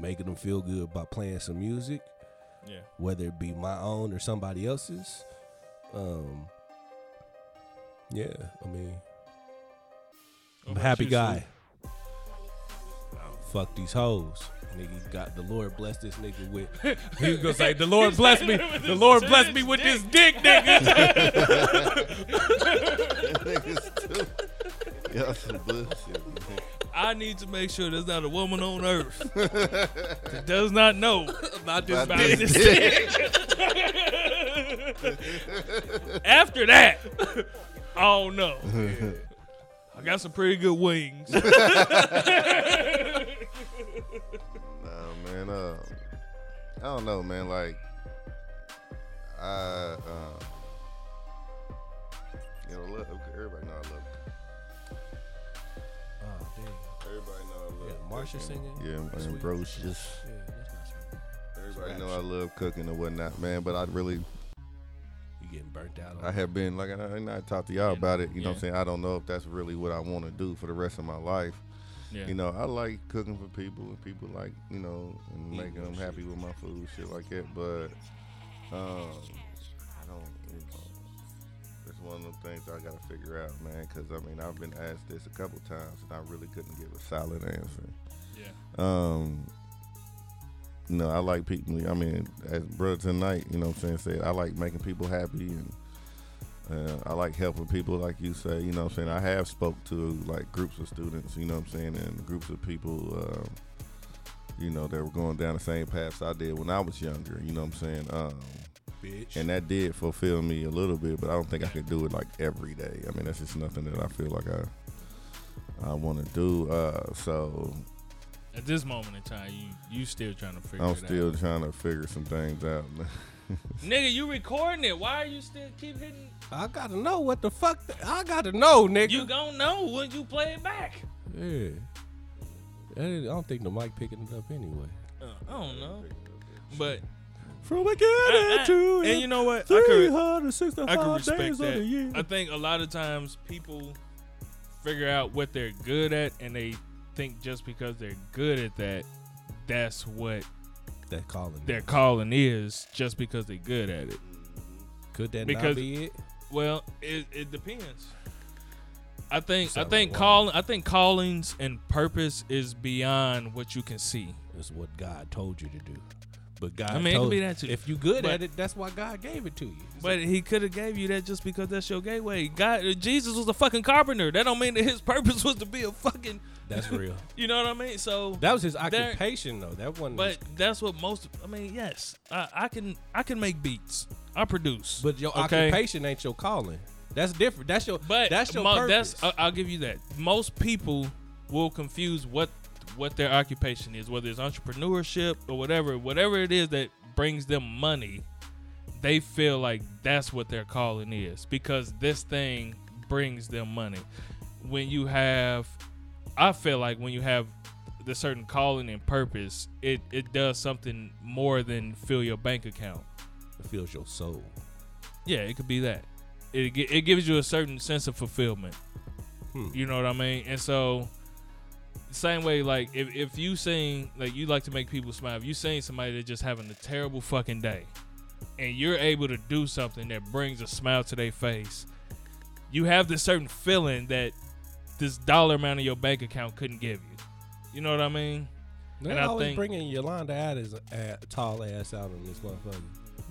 making them feel good by playing some music, Yeah. whether it be my own or somebody else's. Um, yeah, I mean, I'm a happy guy. Fuck these hoes. Nigga got the Lord bless this nigga with. He was gonna say the Lord bless me. The Lord bless me with this dick, nigga. Niggas stupid. Y'all some bullshit. man. I need to make sure there's not a woman on earth that does not know about this About business. this After that, I don't know. I got some pretty good wings. Nah, man. man. Uh, I don't know, man. Like, I, uh, you know, love, everybody know I love. Oh, damn. Everybody know I love. Yeah, Marsha cooking. singing? Yeah, Sweet. and Ambrosius. Yeah, that's my song. Everybody know I love cooking and whatnot, man. But I really, You getting burnt out on I have been like, I, and I talked to y'all about it. You know, what I'm saying I don't know if that's really what I want to do for the rest of my life. Yeah. You know, I like cooking for people, and people like you know, and making them happy with my food, shit like that. But um, I don't. You know, it's one of the things I gotta figure out, man. Because I mean, I've been asked this a couple times, and I really couldn't give a solid answer. Yeah. Um, no, I like people. I mean, as brother tonight, you know what I'm saying, said I like making people happy and uh, I like helping people, like you say. You know what I'm saying. I have spoke to like groups of students. You know what I'm saying, and groups of people. Um, you know, that were going down the same paths I did when I was younger. You know what I'm saying. Um, bitch. and that did fulfill me a little bit, but I don't think I could do it like every day. I mean, that's just nothing that I feel like I I want to do. Uh, so At this moment in time, you you still trying to figure I'm it still out. trying to figure some things out. man. Nigga, you recording it. Why are you still keep hitting? I gotta know what the fuck. th- I gotta know, nigga. You gonna know when you play it back. yeah. I didn't- I don't think the mic picking it up anyway. I don't know. But From beginning I- I- to and you know what? I could, 365 I can respect days of the year. that. I think a lot of times people figure out what they're good at, and they think just because they're good at that, that's what that calling. their calling is. Just because they're good at it. Could that because- not be it? Well, it, it depends. I think I Sound think like calling I think callings and purpose is beyond what you can see. It's what God told you to do. But God, I mean, it told, could be that too. If you good But- at it, that's why God gave it to you. But he could have gave you that just because that's your gateway. God, Jesus was a fucking carpenter. That don't mean that his purpose was to be a fucking. That's real. You know what I mean? So, That was his There- occupation, though. That wasn't. but that's what most. I mean, yes, I, I can I can make beats. I produce. but your occupation ain't your calling. That's different. That's your. But that's your mo- purpose. That's, I- I'll give you that. Most people will confuse what what their occupation is, whether it's entrepreneurship or whatever, whatever it is that brings them money. They feel like that's what their calling is because this thing brings them money. When you have, I feel like when you have the certain calling and purpose, it it does something more than fill your bank account. it feels your soul. Yeah, it could be that. It gi- it gives you a certain sense of fulfillment. Hmm. You know what I mean? And so, same way, like if, if you sing, like you like to make people smile. If you sing somebody that's just having a terrible fucking day, and you're able to do something that brings a smile to their face, you have this certain feeling that this dollar amount in your bank account couldn't give you. You know what I mean? They And I always think- bringing Yolanda Adams uh, tall ass out on this motherfucker.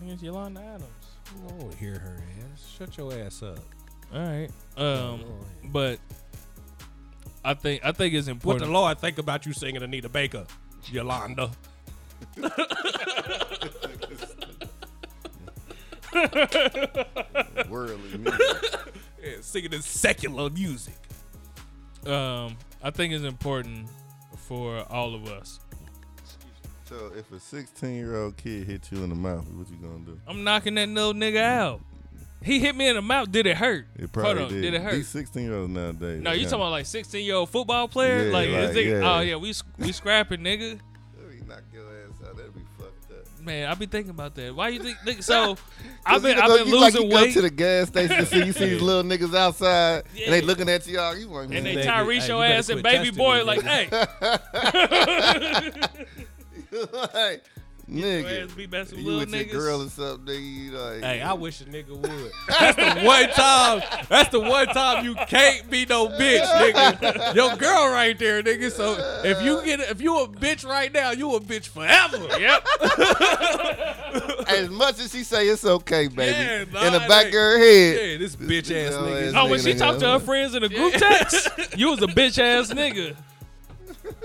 Nigga's Yolanda Adams. I don't wanna hear her ass. Shut your ass up. All right. Um, but I think I think it's what important. the Lord think about you singing Anita Baker, Yolanda? Worldly music. Yeah, singing this secular music. um, I think it's important for all of us. so if a 16 year old kid hit you in the mouth, what you gonna do? I'm knocking that little nigga out. He hit me in the mouth. Did it hurt? It probably Hold on, did. did. it hurt? These 16 year olds nowadays. no, you yeah. talking about like 16 year old football player? Yeah, like, like, this nigga- yeah. oh yeah, we we scrapping, nigga. Let me knock your ass out. That'd be fucked up. Man, I be thinking about that. Why you think? Nigga, so I've 'Cause been even I've though been you like, losing you weight. Go to the gas station and see you see these little niggas outside and they Yeah. looking at y'all. You like, man, and they Baby, Tyrese hey, your you better ass and quit baby testing boy me, like, hey, nigga. like, your ass nigga, be messing with you little with your girl niggas. or something. You like, Hey, I wish a nigga would. That's the one time. That's the one time you can't be no bitch, nigga. Your girl right there, nigga. So if you get, if you a bitch right now, you a bitch forever. Yep. as much as she say it's okay, baby, Yeah, nah, in the it back of ain't. her head, Yeah, this bitch ass little nigga. ass Oh, when she nigga talked to done- her friends in a group text, you was a bitch ass nigga.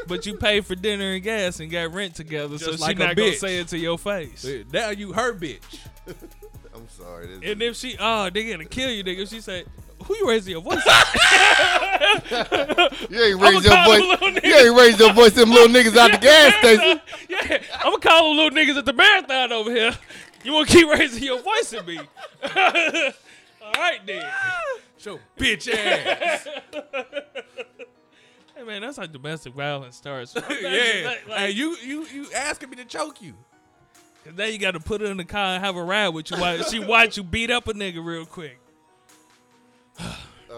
But you paid for dinner and gas and got rent together, so Just she like a not gonna bitch. say it to your face. Now you her bitch. I'm sorry. This And if she, oh, they gonna kill you, nigga. If she say, who you raising your voice? at?" you ain't I'ma raise your call the voice, little you can't raise your voice to them little niggas out the gas station. Yeah, I'm gonna call them little niggas at the marathon over here. You wanna keep raising your voice at me? All right then. Show bitch ass. Hey man, that's how domestic violence starts. yeah. Like- like- hey, you you you asking me to choke you. Cause now you got to put her in the car and have a ride with you. While she watch you beat up a nigga real quick. All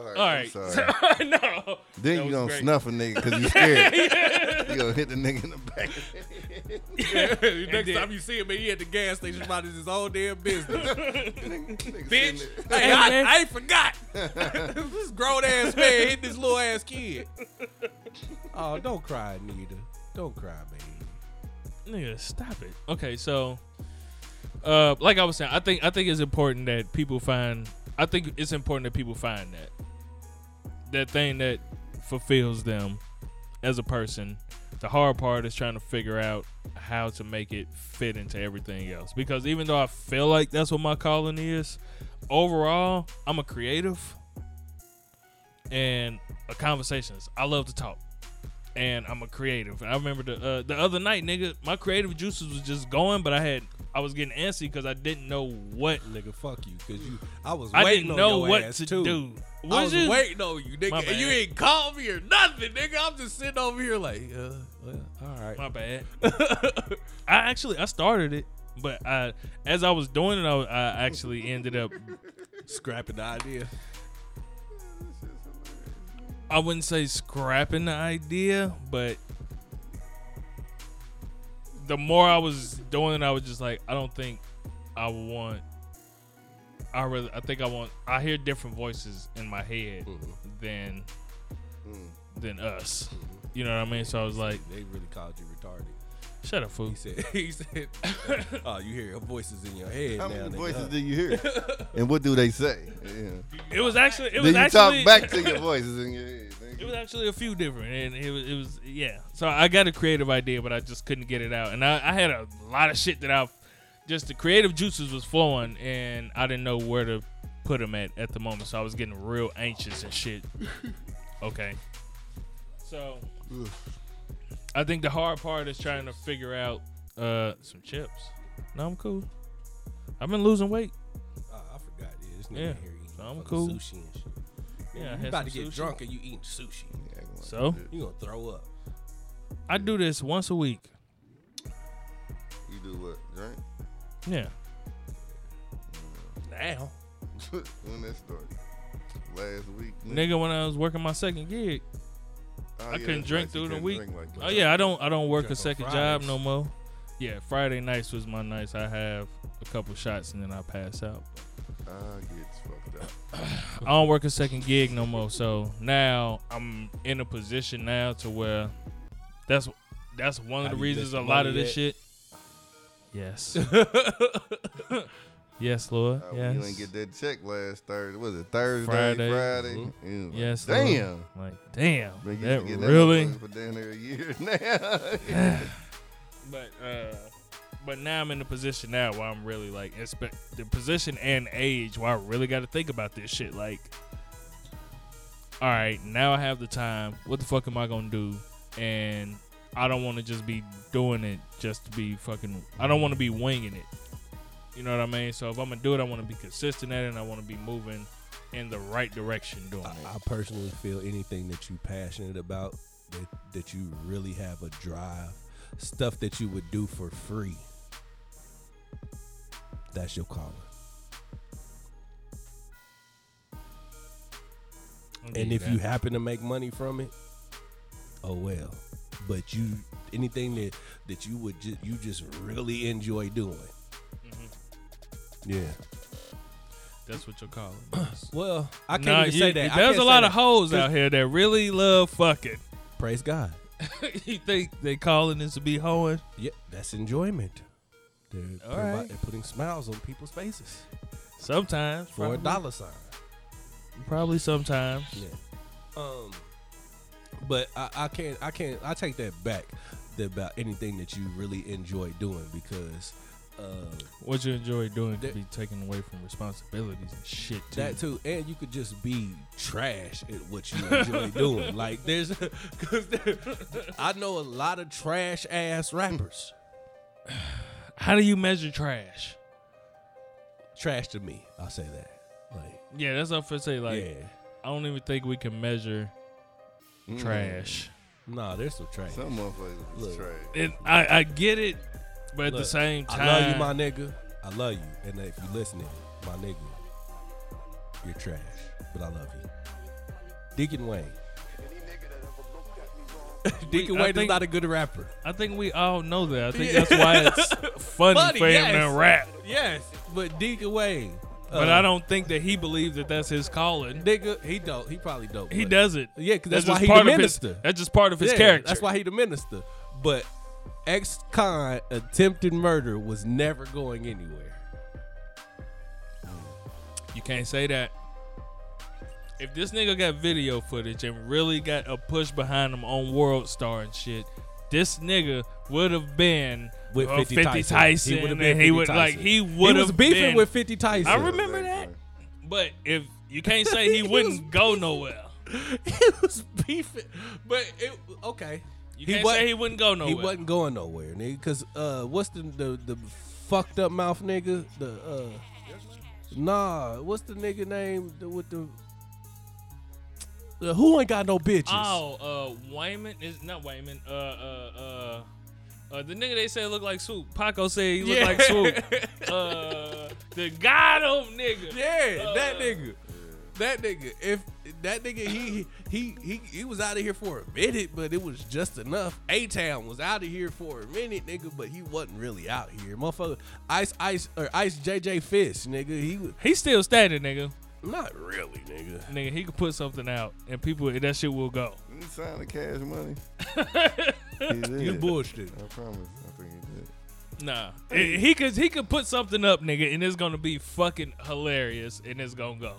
All right. I'm sorry. no. That Then you was gonna great. snuff a nigga because you scared. You gonna hit the nigga in the back. Next then- time you see him, he at the gas station about his own damn business. Bitch. Bitch, Hey, hey, I, man. I ain't forgot. this grown ass man hit this little ass kid. Oh, don't cry, Nita. Don't cry, baby. Nigga, stop it. Okay, so, uh, like I was saying, I think I think it's important that people find. I think it's important that people find that that thing that fulfills them as a person. The hard part is trying to figure out how to make it fit into everything else. Because even though I feel like that's what my calling is, overall, I'm a creative and a conversationist. I love to talk and I'm a creative. I remember the uh, the other night, nigga, my creative juices was just going, but I had I was getting antsy because I didn't know what Nigga, fuck you, cause you. I was I waiting didn't on know your what ass, to too. do. I was Was you? waiting on you, My nigga, and you bad. ain't called me or nothing, nigga. I'm just sitting over here like, uh, Well, all right. My bad. I actually I started it, but I as I was doing it, I, I actually ended up. scrapping the idea. I wouldn't say scrapping the idea, but the more I was doing it, I was just like, I don't think I want. I really, I think I want. I hear different voices in my head than than us. You know what I mean? So I was like, They really called you retarded. shut up, He fool. said. He said. oh, you hear your voices in your head How now. many nigga. uh. voices do you hear? And what do they say? Yeah. It was actually, it Then was you actually talk back to your voices in your head. nigga. It was actually a few different, and it was, it was yeah. So I got a creative idea, but I just couldn't get it out, and I, I had a lot of shit that I, just the creative juices was flowing, and I didn't know where to put them at at the moment. So I was getting real anxious and shit. okay, so I think the hard part is trying to figure out uh some chips. No, I'm cool. I've been losing weight. Oh, I forgot this. Nigga Yeah. here eating So I'm fucking cool. Sushi and shit. Yeah, I you had about to some get sushi. drunk and you eating sushi. Yeah, I'm like, So? You gonna throw up. I do this once a week. You do what? Drink? Yeah. Now. when that started? Last week? Nigga, when I was working my second gig, Oh, I yeah, couldn't that's drink right, through you the couldn't week. drink like that. oh yeah, I don't I don't work Drink on a second job Fridays. no more. Yeah, Friday nights was my nights. I have a couple shots and then I pass out. I get Ah, fucked up. I don't work a second gig no more. So now I'm in a position now to where that's that's one of Have the you reasons missed a the lot money of this yet? shit. Yes. yes, Lord. Oh, Uh, yes. You didn't get that check last Thursday. Was it Thursday? Friday. Friday. Mhm. Yeah, like, yes. Lord. Damn. Like damn. Bro, you that used to get really. motherfucker for damn near a year now. But uh but now I'm in the position now where I'm really like inspe- the position and age where I really got to think about this shit. Like, all right, now I have the time. What the fuck am I gonna do? And I don't want to just be doing it just to be fucking. I don't want to be winging it. You know what I mean? So if I'm gonna do it, I want to be consistent at it, and I want to be moving in the right direction doing I, it. I personally feel anything that you passionate about, that, that you really have a drive, stuff that you would do for free. That's your calling. I'll give And if that. you happen to make money from it, oh well. But you anything that that you would ju- you just really enjoy doing. Yeah. that's what you're calling. it. Well, I can't Nah, even you- say that. I There's can't a say lot that. of hoes out here that really love fucking. praise God. you think they calling this to be hoeing? Yeah, that's enjoyment. They're, All provi- right. they're putting smiles on people's faces Sometimes for a dollar sign. Probably sometimes. Yeah. Um, but I, I can't. I can't. I take that back. that About anything that you really enjoy doing because Uh, What you enjoy doing That- could be taken away from responsibilities and shit too. that too, and you could just be trash at what you enjoy doing. Like there's, cause there, I know a lot of trash ass rappers. How do you measure trash? Trash to me, I'll say that. Like, Yeah, that's what I'm finna say. Like, yeah, I don't even think we can measure Mm. trash. nah, there's some trash. Some motherfuckers Look. is trash. And I, I get it, but at the Look, same time, I love you, my nigga. I love you, and if you listening, my nigga, you're trash, but I love you. Deacon Wayne. Deacon We- I Wayne think- is not a good rapper. I think we all know that. I think that's why it's funny, Funny, for him yes. to rap. Yes, but Deacon Wayne. But uh, I don't think that he believes that that's his calling. Nigga, he don't. He probably don't. He does it. Yeah, 'cause that's why just he part the of his- minister. that's just part of his Yeah, character. That's why he the minister. But ex-con attempted murder was never going anywhere. you can't say that. If this nigga got video footage and really got a push behind him on World Star and shit, this nigga would have been With uh, 50 Tyson. He would've and been he 50 would like Tyson. he He would was have beefing been, with 50 Tyson. I remember that. But if you can't say he He wouldn't go nowhere, he was beefing, but it okay. you He can't wasn't- say he wouldn't go nowhere. he wasn't going nowhere, nigga. Cause uh, what's the the, the fucked up mouth nigga? The uh, nah, what's the nigga name the, with the, the who ain't got no bitches? Oh, uh, Wayman is not Wayman. Uh, uh, uh, uh, the nigga they say look like Swoop. Paco said he look Yeah. like Swoop. Uh, the God of nigga. Yeah, that Uh, nigga. That nigga. If that nigga he he he he was out of here for a minute, but it was just enough. A Town was out of here for a minute, nigga, but he wasn't really out here. Motherfucker Ice Ice or Ice JJ Fist, nigga. He was He still standing, nigga. not really, nigga. Nigga, he could put something out and people that shit will go. Didn't he sign the cash money? he did. You bullshit. I promise. I think he did. Nah, Eh, he could he could put something up, nigga, and it's gonna be fucking hilarious, and it's gonna go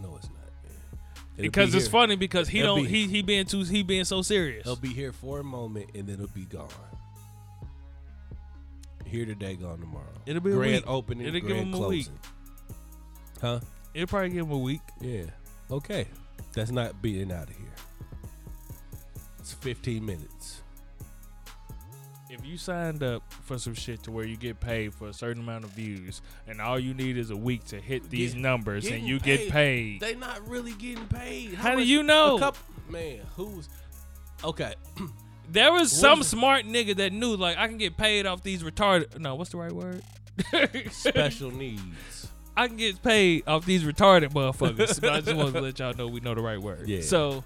no, it's not. man. It'll because be it's here. funny because he It'll don't be- he he being too he being so serious. It'll be here for a moment and then it'll be gone. Here today, gone tomorrow. It'll be a grand week. opening. It'll give grand him a closing. week. Huh? It'll probably give him a week. Yeah. Okay. That's not beating out of here. It's 15 minutes. if you signed up for some shit to where you get paid for a certain amount of views and all you need is a week to hit these Get- numbers and getting you get paid They not really getting paid. how, do much- you a know couple- man, who's okay? there was some was it? smart nigga that knew like i can get paid off these retarded no what's the right word Special needs. i can get paid off these retarded motherfuckers but i just want to let y'all know we know the right word Yeah. so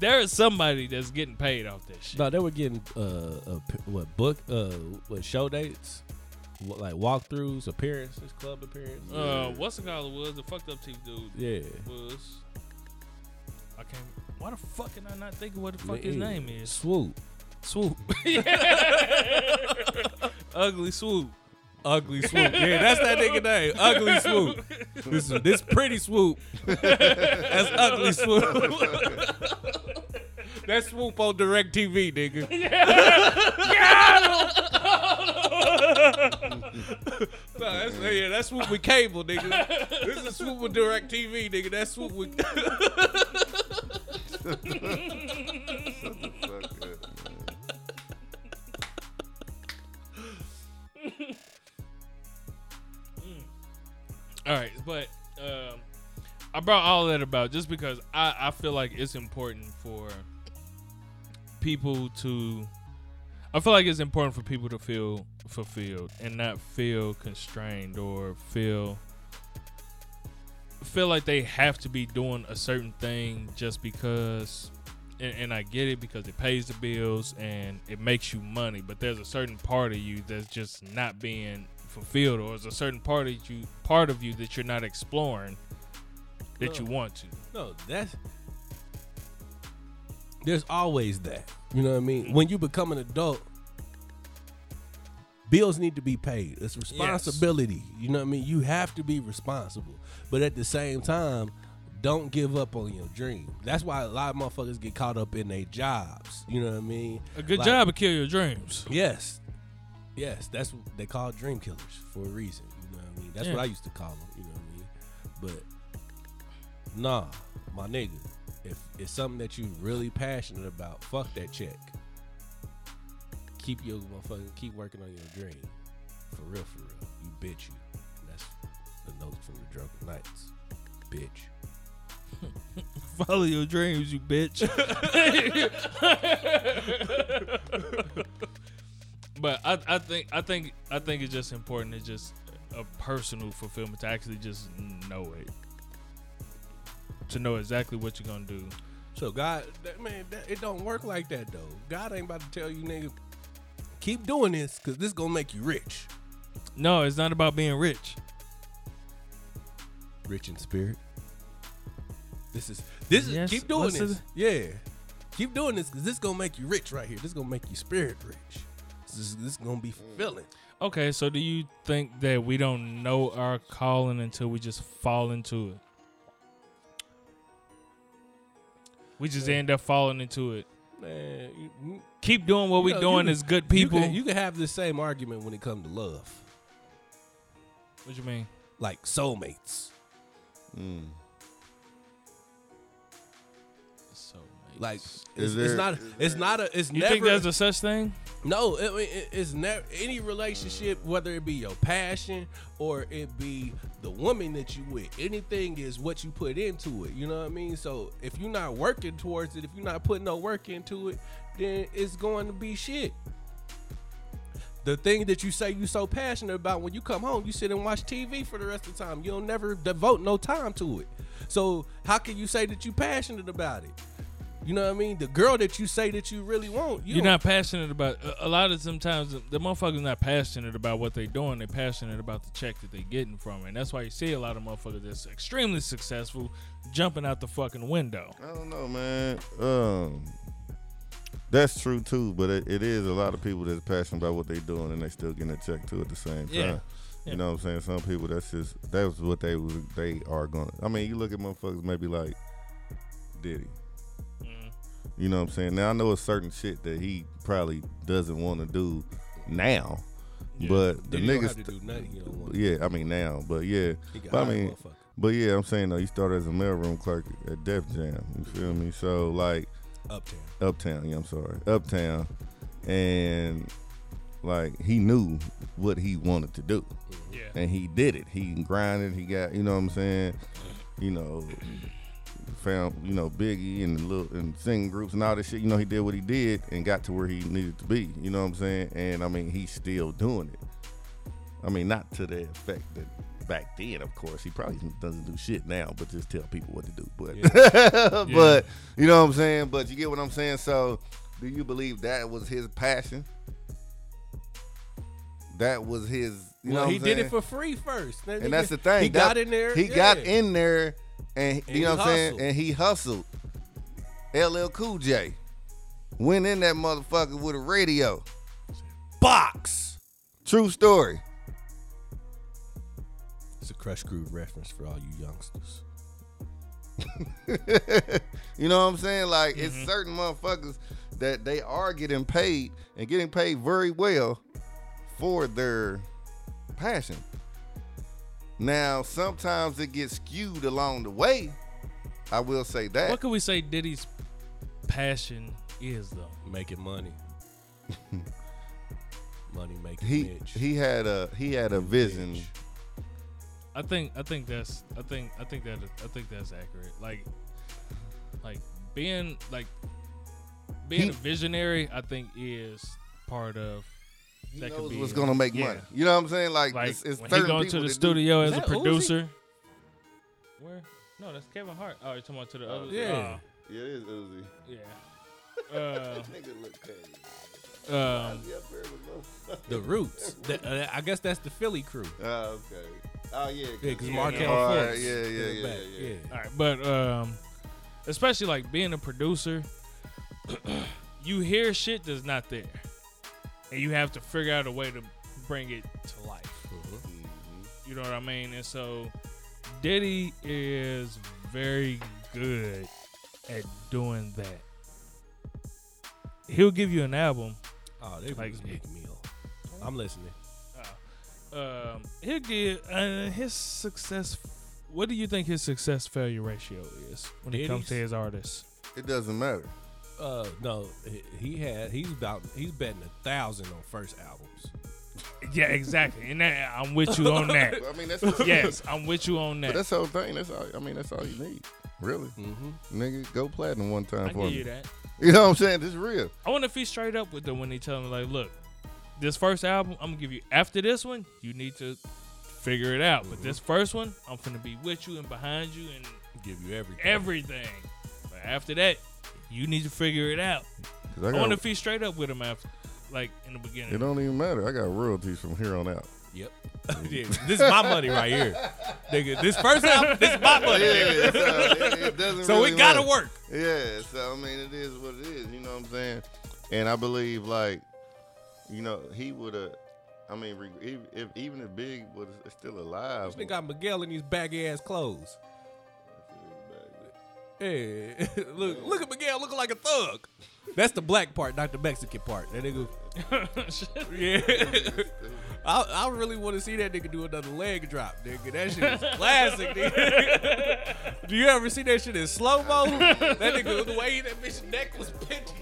there is somebody that's getting paid off this shit No, they were getting uh, uh p- what book uh what show dates, what, like walkthroughs, appearances, club appearances. uh what's the guy was the fucked up teeth dude yeah. was I can't. Why the fuck can I not think of what the fuck his Yeah. name is? Swoop. Swoop. Ugly Swoop. Ugly swoop. Yeah, that's that nigga name. Ugly swoop. This this pretty swoop. That's ugly swoop. that swoop on direct TV, nigga. no, that's, yeah, that's swoop with cable, nigga. This is swoop with direct TV, nigga. That's swoop with Fuck that, man. All right, but um, I brought all that about just because I, I feel like it's important for people to. I feel like it's important for people to feel fulfilled and not feel constrained or feel feel like they have to be doing a certain thing just because and, and I get it because it pays the bills and it makes you money, but there's a certain part of you that's just not being fulfilled, or there's a certain part of you part of you that you're not exploring that you want to. No, that's there's always that. You know what I mean? When you become an adult, bills need to be paid. It's responsibility. You know what I mean? You have to be responsible. But at the same time, don't give up on your dream. That's why a lot of motherfuckers get caught up in their jobs. You know what I mean? A good Like, job to kill your dreams. Yes. Yes, that's what they call dream killers for a reason. You know what I mean? That's Yeah. what I used to call them. You know what I mean? But nah, my nigga, if it's something that you really passionate about, fuck that check. Keep your motherfucking keep working on your dream. For real, for real. You bitch you. And that's the notes from the Drunken Knights. Bitch. Follow your dreams, you bitch. but I, I think I think I think it's just important to just a personal fulfillment to actually just know it. To know exactly what you're gonna do. So God, that, man, that, it don't work like that though. God ain't about to tell you, nigga, keep doing this because this gonna make you rich, No, it's not about being rich. rich in spirit. This is this is Yes, keep doing listen. this, yeah, keep doing this because this gonna make you rich right here. This gonna make you spirit rich. This is this gonna be fulfilling. Okay, so do you think that we don't know our calling until we just fall into it? We just end up falling into it. Man, you, you- Keep doing what know, we're you doing can- as good you people. can, you can have the same argument when it comes to love, what you mean? like soulmates. Mm. So Like it's, Is it's there- not is it's not a it's you never think there's a such thing? No, I mean, it- it's never any relationship, whether it be your passion or it be the woman that you with. Anything is what you put into it. You know what I mean? So if you're not working towards it, if you're not putting no work into it, then it's going to be shit. The thing that you say you so passionate about when you come home, you sit and watch TV for the rest of the time. You'll never devote no time to it. So how can you say that you passionate about it? You know what I mean? The girl that you say that you really want, you You're don't- not passionate about. A, a lot of sometimes the, the motherfuckers not passionate about what they're doing. They're passionate about the check that they're getting from it. And that's why you see a lot of motherfuckers that's extremely successful jumping out the fucking window. I don't know, man. Um, that's true too, but it, it is a lot of people that's passionate about what they doing and they still getting a check too at the same time. Yeah. Yeah. You know what I'm saying? Some people that's just that's what they was- they are going. to I mean, you look at motherfuckers maybe like Diddy. You know what I'm saying? Now I know a certain shit that he probably doesn't want to do now, but the Then you don't niggas. have to do nothing you don't want. yeah, I mean now, but yeah, He can but I hire a mean, motherfucker. but yeah, I'm saying though, you started as a mailroom clerk at Def Jam. You feel me? So like, uptown. Uptown, yeah, I'm sorry, Uptown, and like he knew what he wanted to do, Yeah. and he did it. He grinded. He got, you know, what I'm saying, you know, found, you know, Biggie and the little and singing groups and all this shit. You know, he did what he did and got to where he needed to be. You know what I'm saying? And I mean, he's still doing it. I mean, not to the effect that. Back then, of course, he probably doesn't do shit now, but just tell people what to do. But but you know what I'm saying. But you get what I'm saying. So, do you believe that was his passion? That was his. You know well, what he I'm did saying? it for free first, That and nigga- that's the thing. He That- got in there. He yeah. got in there, and, And you know he what I'm saying. hustled. And he hustled. LL Cool J went in that motherfucker with a radio. box. True story. It's a Crush Groove reference for all you youngsters. You know what I'm saying? Like Mm-hmm. it's certain motherfuckers that they are getting paid and getting paid very well for their passion. Now sometimes it gets skewed along the way. I will say that. What can we say Diddy's passion is though? Making money. money making he Mitch. he had a he had a vision. Mitch. I think I think that's I think I think that I think that's accurate. Like like being like being He- a visionary, I think is part of He that could knows be what's a- gonna make yeah. money. You know what I'm saying? Like, Like it's, it's when he certain going to people the that do- studio as Is a that Uzi? producer. Where? No, that's Kevin Hart. Oh, you're talking about to the other. yeah. Yeah, it is Uzi. oh, yeah. Nigga look crazy. Uh, um, He up there with no- The Roots. That- uh, I guess that's the Philly crew. Oh, okay. Oh yeah. Yeah, because Yeah, Markel yeah. All right, Fultz yeah, in yeah, the yeah, back. yeah. All right, but um, especially like being a producer, you hear shit that's not there, and you have to figure out a way to bring it to life. You know what I mean? And so, Diddy is very good at doing that. He'll give you an album. Oh, they Like- was making me old. I'm listening. Um, he'll get uh, his success. What do you think his success failure ratio is when it comes to Eighties? his artists? It doesn't matter. Uh, no, he- he had he's about he's betting a thousand on first albums. Yeah, exactly. And that, I'm with you on that. I mean, that's yes, I'm with you on But that. that's the whole thing. That's all. I mean, that's all you need, really. Mm-hmm. Nigga, go platinum one time I for give me. you that. You know what I'm saying? This is real. I wonder if he's straight up with them when they tell him like, look, this first album I'm gonna give you. After this one, you need to figure it out. Mm-hmm. But this first one, I'm gonna be with you and behind you and Give you everything. everything. But after that, you need to figure it out. 'Cause I got- wonder if he's straight up with him after, like in the beginning. it don't even matter. I got royalties from here on out. Yep. Yeah, this is my money right here, nigga. This first album, this is my money. Yeah, so it, it doesn't So really it gotta matter. work. Yeah, so I mean, it is what it is. You know what I'm saying? And I believe, like, you know, he would have. I mean, re- if, if even if Big was still alive, This nigga got Miguel in these baggy ass clothes. Yeah, look, look at Miguel looking like a thug. That's the black part, not the Mexican part. That nigga, yeah. I, I really want to see that nigga do another leg drop, nigga. That shit is classic, nigga. do you ever see that shit in slow mo? that nigga, the way that bitch neck was bent.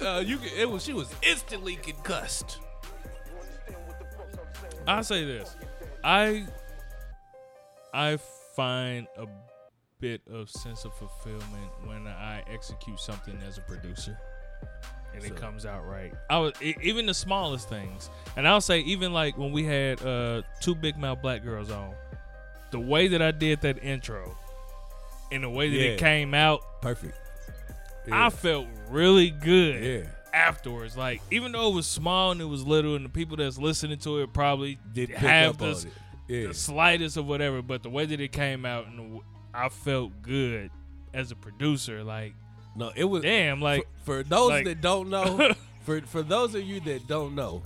uh, you, can- it was she was instantly concussed. I say this. I I find a bit of sense of fulfillment when I execute something as a producer and it comes out right. I was e- even the smallest things. And I'll say even like when we had uh two big mouth black girls on, the way that I did that intro and the way that Yeah. it came out, Perfect. I felt really good Yeah. afterwards. Like even though it was small and it was little, and the people that's listening to it probably Didn't pick have up the, on s- it. Yeah. the slightest of whatever, but the way that it came out and the, w- I felt good as a producer. Like No, it was damn, like for, for those like- that don't know, for for those of you that don't know,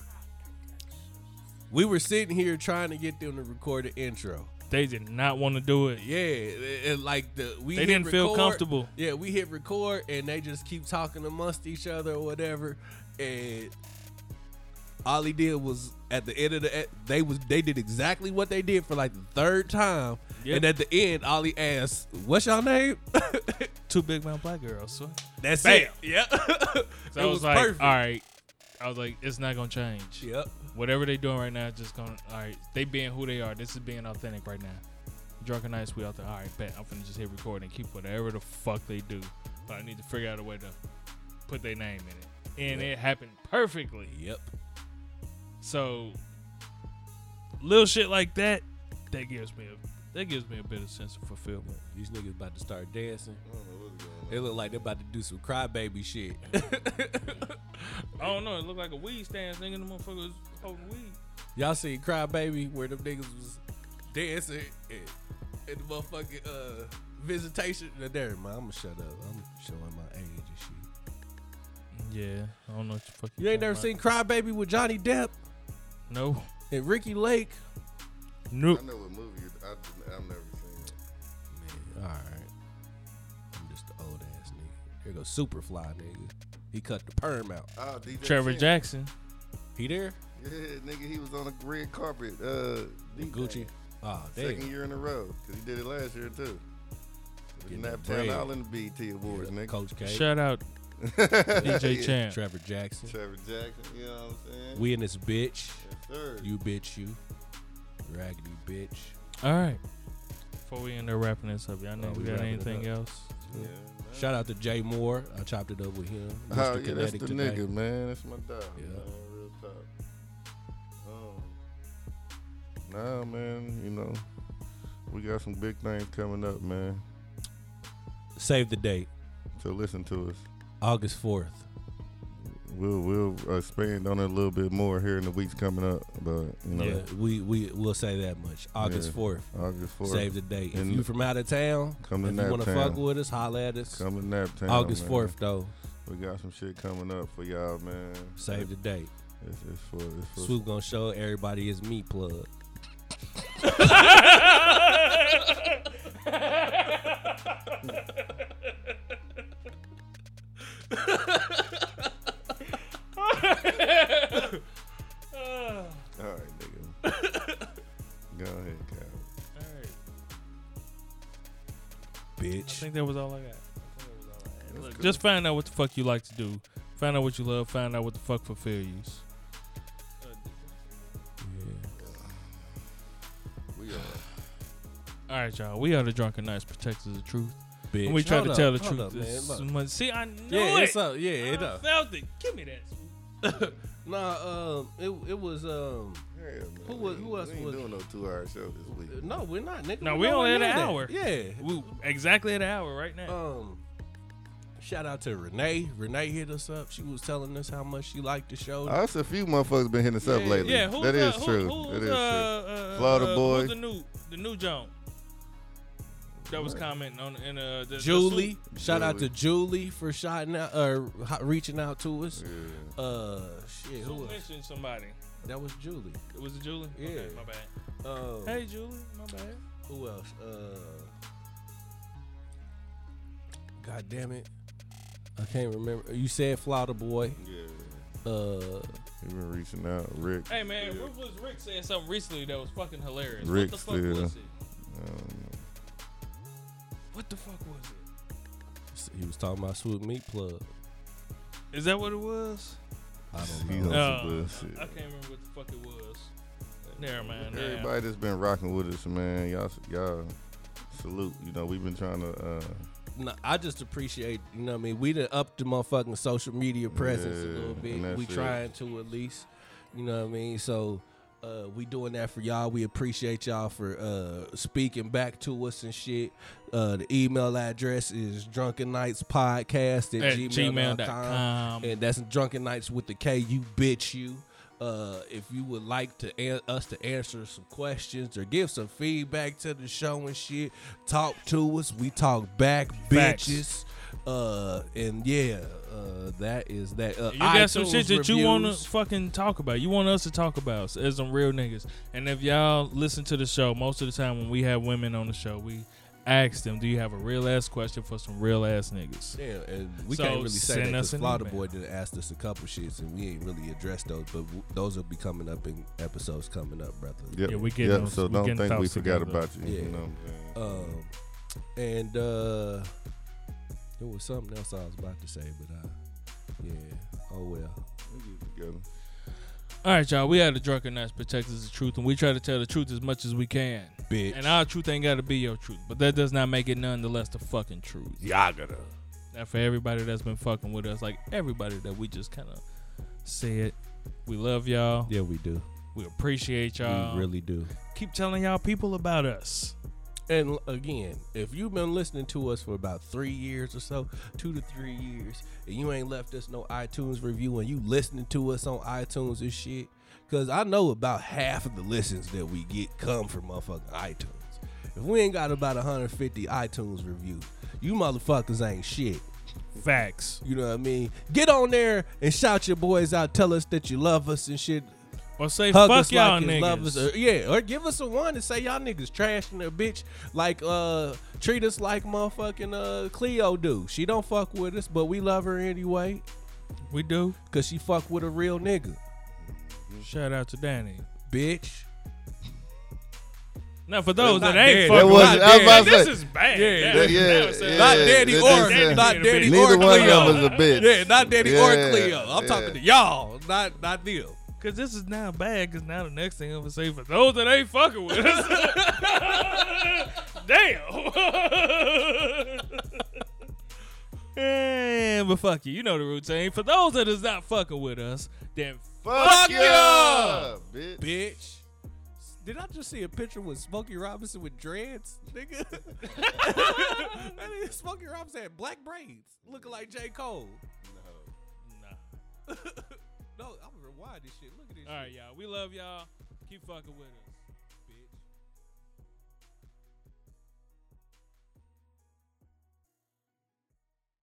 we were sitting here trying to get them to record the intro. they did not want to do it. Yeah, and- and like the we They hit didn't feel record- comfortable. Yeah, we hit record and they just keep talking amongst each other or whatever, and all he did was at the end of the they was they did exactly what they did for like the third time, Yep. and at the end, all he asked, "What's your name?" Two big mouth black girls. So, That's Bam. it. Yeah, so I was, like, all right. I was like, it's not gonna change. Yep. Whatever they doing right now, it's just gonna all right. They being who they are. This is being authentic right now. Drunken nights, we out there. All right, bet I'm finna just hit record and keep whatever the fuck they do. But I need to figure out a way to put their name in it, and it happened perfectly. Yep. So little shit like that, that gives me a that gives me a bit of sense of fulfillment. These niggas about to start dancing. They look like they're about to do some crybaby shit. I don't know. It looked like a weed stand, nigga. The motherfucker was holding weed. Y'all seen Crybaby where them niggas was dancing and, and the motherfucking uh, visitation? Now, there, man, I'm gonna shut up. I'm showing my age and shit. Yeah, I don't know what the fuck. You ain't never seen talking Crybaby with Johnny Depp about. No, and Ricky Lake? no. I know what movie you- I, I've never seen. it. Man, all right. I'm just the old ass nigga. Here goes Superfly, nigga. He cut the perm out. Oh, DJ Trevor Chan. Jackson. He there? Yeah, nigga, he was on the red carpet. Uh, DJ. Gucci. Oh, damn. Second year in a row, cause he did it last year too. Getting that Naptown bread. Island BT Awards, nigga. Coach K. Shout out DJ Chan. Trevor Jackson. Trevor Jackson, you know what I'm saying? We in this bitch. yes, sir. You bitch, you. Raggedy bitch. All right. Before we end up wrapping this up, y'all know we we got wrapping it anything else? yeah, Shout out to Jay Moore. I chopped it up with him. Mr. oh, yeah, that's the Kinetic today. nigga, man. That's my dog, Yeah. man. Real talk. Um, nah, man, you know, we got some big things coming up, man. Save the date, So listen to us. August 4th. We'll we'll expand on it a little bit more here in the weeks coming up, but you know, Yeah, we we will say that much. August Oh, Yeah. 4th. August fourth. Save the date. If And- you from out of town, Come to if you want to Naptown. fuck with us, holla at us. Come to Naptown. August man. 4th though. We got some shit coming up for y'all, man. Save the date. It's, it's for it's for Swoop gonna show everybody his meat plug. I bitch. think that was all I got. I think that was all I had. Look, Just find out what the fuck you like to do. Find out what you love. Find out what the fuck fulfills you. We are. All right, y'all. We are the Drunken Knights, protectors of the truth. Bitch. And we try Hold to up, tell the hold truth. up, this man, look. month. See, I knew Yeah, it. it's up. Yeah, it I up. felt it. Give me that. Nah, um, it it was um. Who was- who else We ain't was- Uh, doing no two-hour show this week. No, we're not, nigga. No, We're we only nowhere had near an that. hour. Yeah. We exactly at an hour right now. Um, shout out to Renee. Renee hit us up. She was telling us how much she liked the show. Oh, it's a few motherfuckers been hitting us up lately. Yeah, who's that uh, is who- true. Who's, that is uh, uh, Florida uh, boy. Who's the new the new Joan that was commenting on in uh the, the Julie, suit? shout out to Julie for shouting out or uh, reaching out to us. true. Uh, shit, who Who was mentioned somebody? that? Was Julie. Was it Julie? Okay, Yeah. my bad. Um, Hey Julie, my bad. Who else? Uh, God damn it, I can't remember. You said Flauta Boy. Yeah. Yeah. Uh, He been reaching out, Rick. Hey man, Ruthless Rick said something recently that was fucking hilarious. Rick uh, what the fuck still- was it? Um, What the fuck was it? he was talking about Sweet Meat Plug. Is that what it was? I he don't on know. some No. bullshit. I can't remember what the fuck it was. Never mind. never mind. Everybody that's been rocking with us, man. Y'all, y'all salute. You know, we've been trying to. Uh, No, I just appreciate, you know what I mean? We done upped the motherfucking social media presence a Yeah, little and bit. that's We it. trying to at least. You know what I mean? So uh, we doing that for y'all. We appreciate y'all for uh, speaking back to us and shit. Uh, the email address is drunken nights podcast at, At gmail.com. gmail.com. And that's drunken nights with the K you bitch you. Uh, if you would like to an- us to answer some questions or give some feedback to the show and shit, talk to us. We talk back, Facts. bitches. Uh, and yeah, uh, that is that. Uh, You got some iTunes shit that you want to reviews. fucking talk about. You want us to talk about so- as some real niggas. And if y'all listen to the show, most of the time when we have women on the show, we ask them, "Do you have a real ass question for some real ass niggas?" Yeah, and we So can't really say that send us because an Florida email. Boy did asked us a couple shits and we ain't really addressed those, but w- those will be coming up in episodes coming up, brother. yep, Yeah, we getting yep, those- So we don't getting think we thoughts forgot together. about you. Yeah. You know what I'm saying? Um, and uh, there was something else I was about to say, but I, yeah, oh well. We get together. All right, y'all. We had the drunken nights protectors of truth, and we try to tell the truth as much as we can. Bitch. And our truth ain't got to be your truth, but that does not make it none the less the fucking truth. Yagada. And for everybody that's been fucking with us, like everybody that we just kind of said, we love y'all. Yeah, we do. We appreciate y'all. we really do. keep telling y'all people about us. And again, if you've been listening to us for about three years or so, two to three years, and you ain't left us no iTunes review and you listening to us on iTunes and shit, because I know about half of the listens that we get come from motherfucking iTunes. If we ain't got about 150 iTunes reviews, you motherfuckers ain't shit. Facts. You know what I mean? Get on there and shout your boys out. Tell us that you love us and shit. Or say Hug fuck us y'all like you niggas. love us. Or, yeah, or give us a one and say y'all niggas trash in their bitch. Like, uh, treat us like motherfucking uh, Cleo do. She don't fuck with us, but we love her anyway. we do. Cause she fuck with a real nigga, Shout out to Danny. bitch. Now for those not that dead. ain't fucking That wasn't- I was with us, about to this say- is bad. Yeah, That- yeah, that was- yeah. Not Daddy they or said- not Daddy Neither or one of Cleo. them is a bitch. Yeah, not Daddy or Yeah, Cleo. I'm yeah. talking to y'all, not not them. Cause this is now bad. Cause now the next thing I'm gonna say for those that ain't fucking with us. Damn. Eh, but fuck you. You know the routine. For those that is not fucking with us, then Fuck ya, ya, bitch. bitch. Did I just see a picture with Smokey Robinson with dreads, nigga? That is- Smokey Robinson had black braids, looking like J. Cole. nah. No, I'm gonna rewind this shit. Look at this. All shit. right, y'all. We love y'all. Keep fucking with us.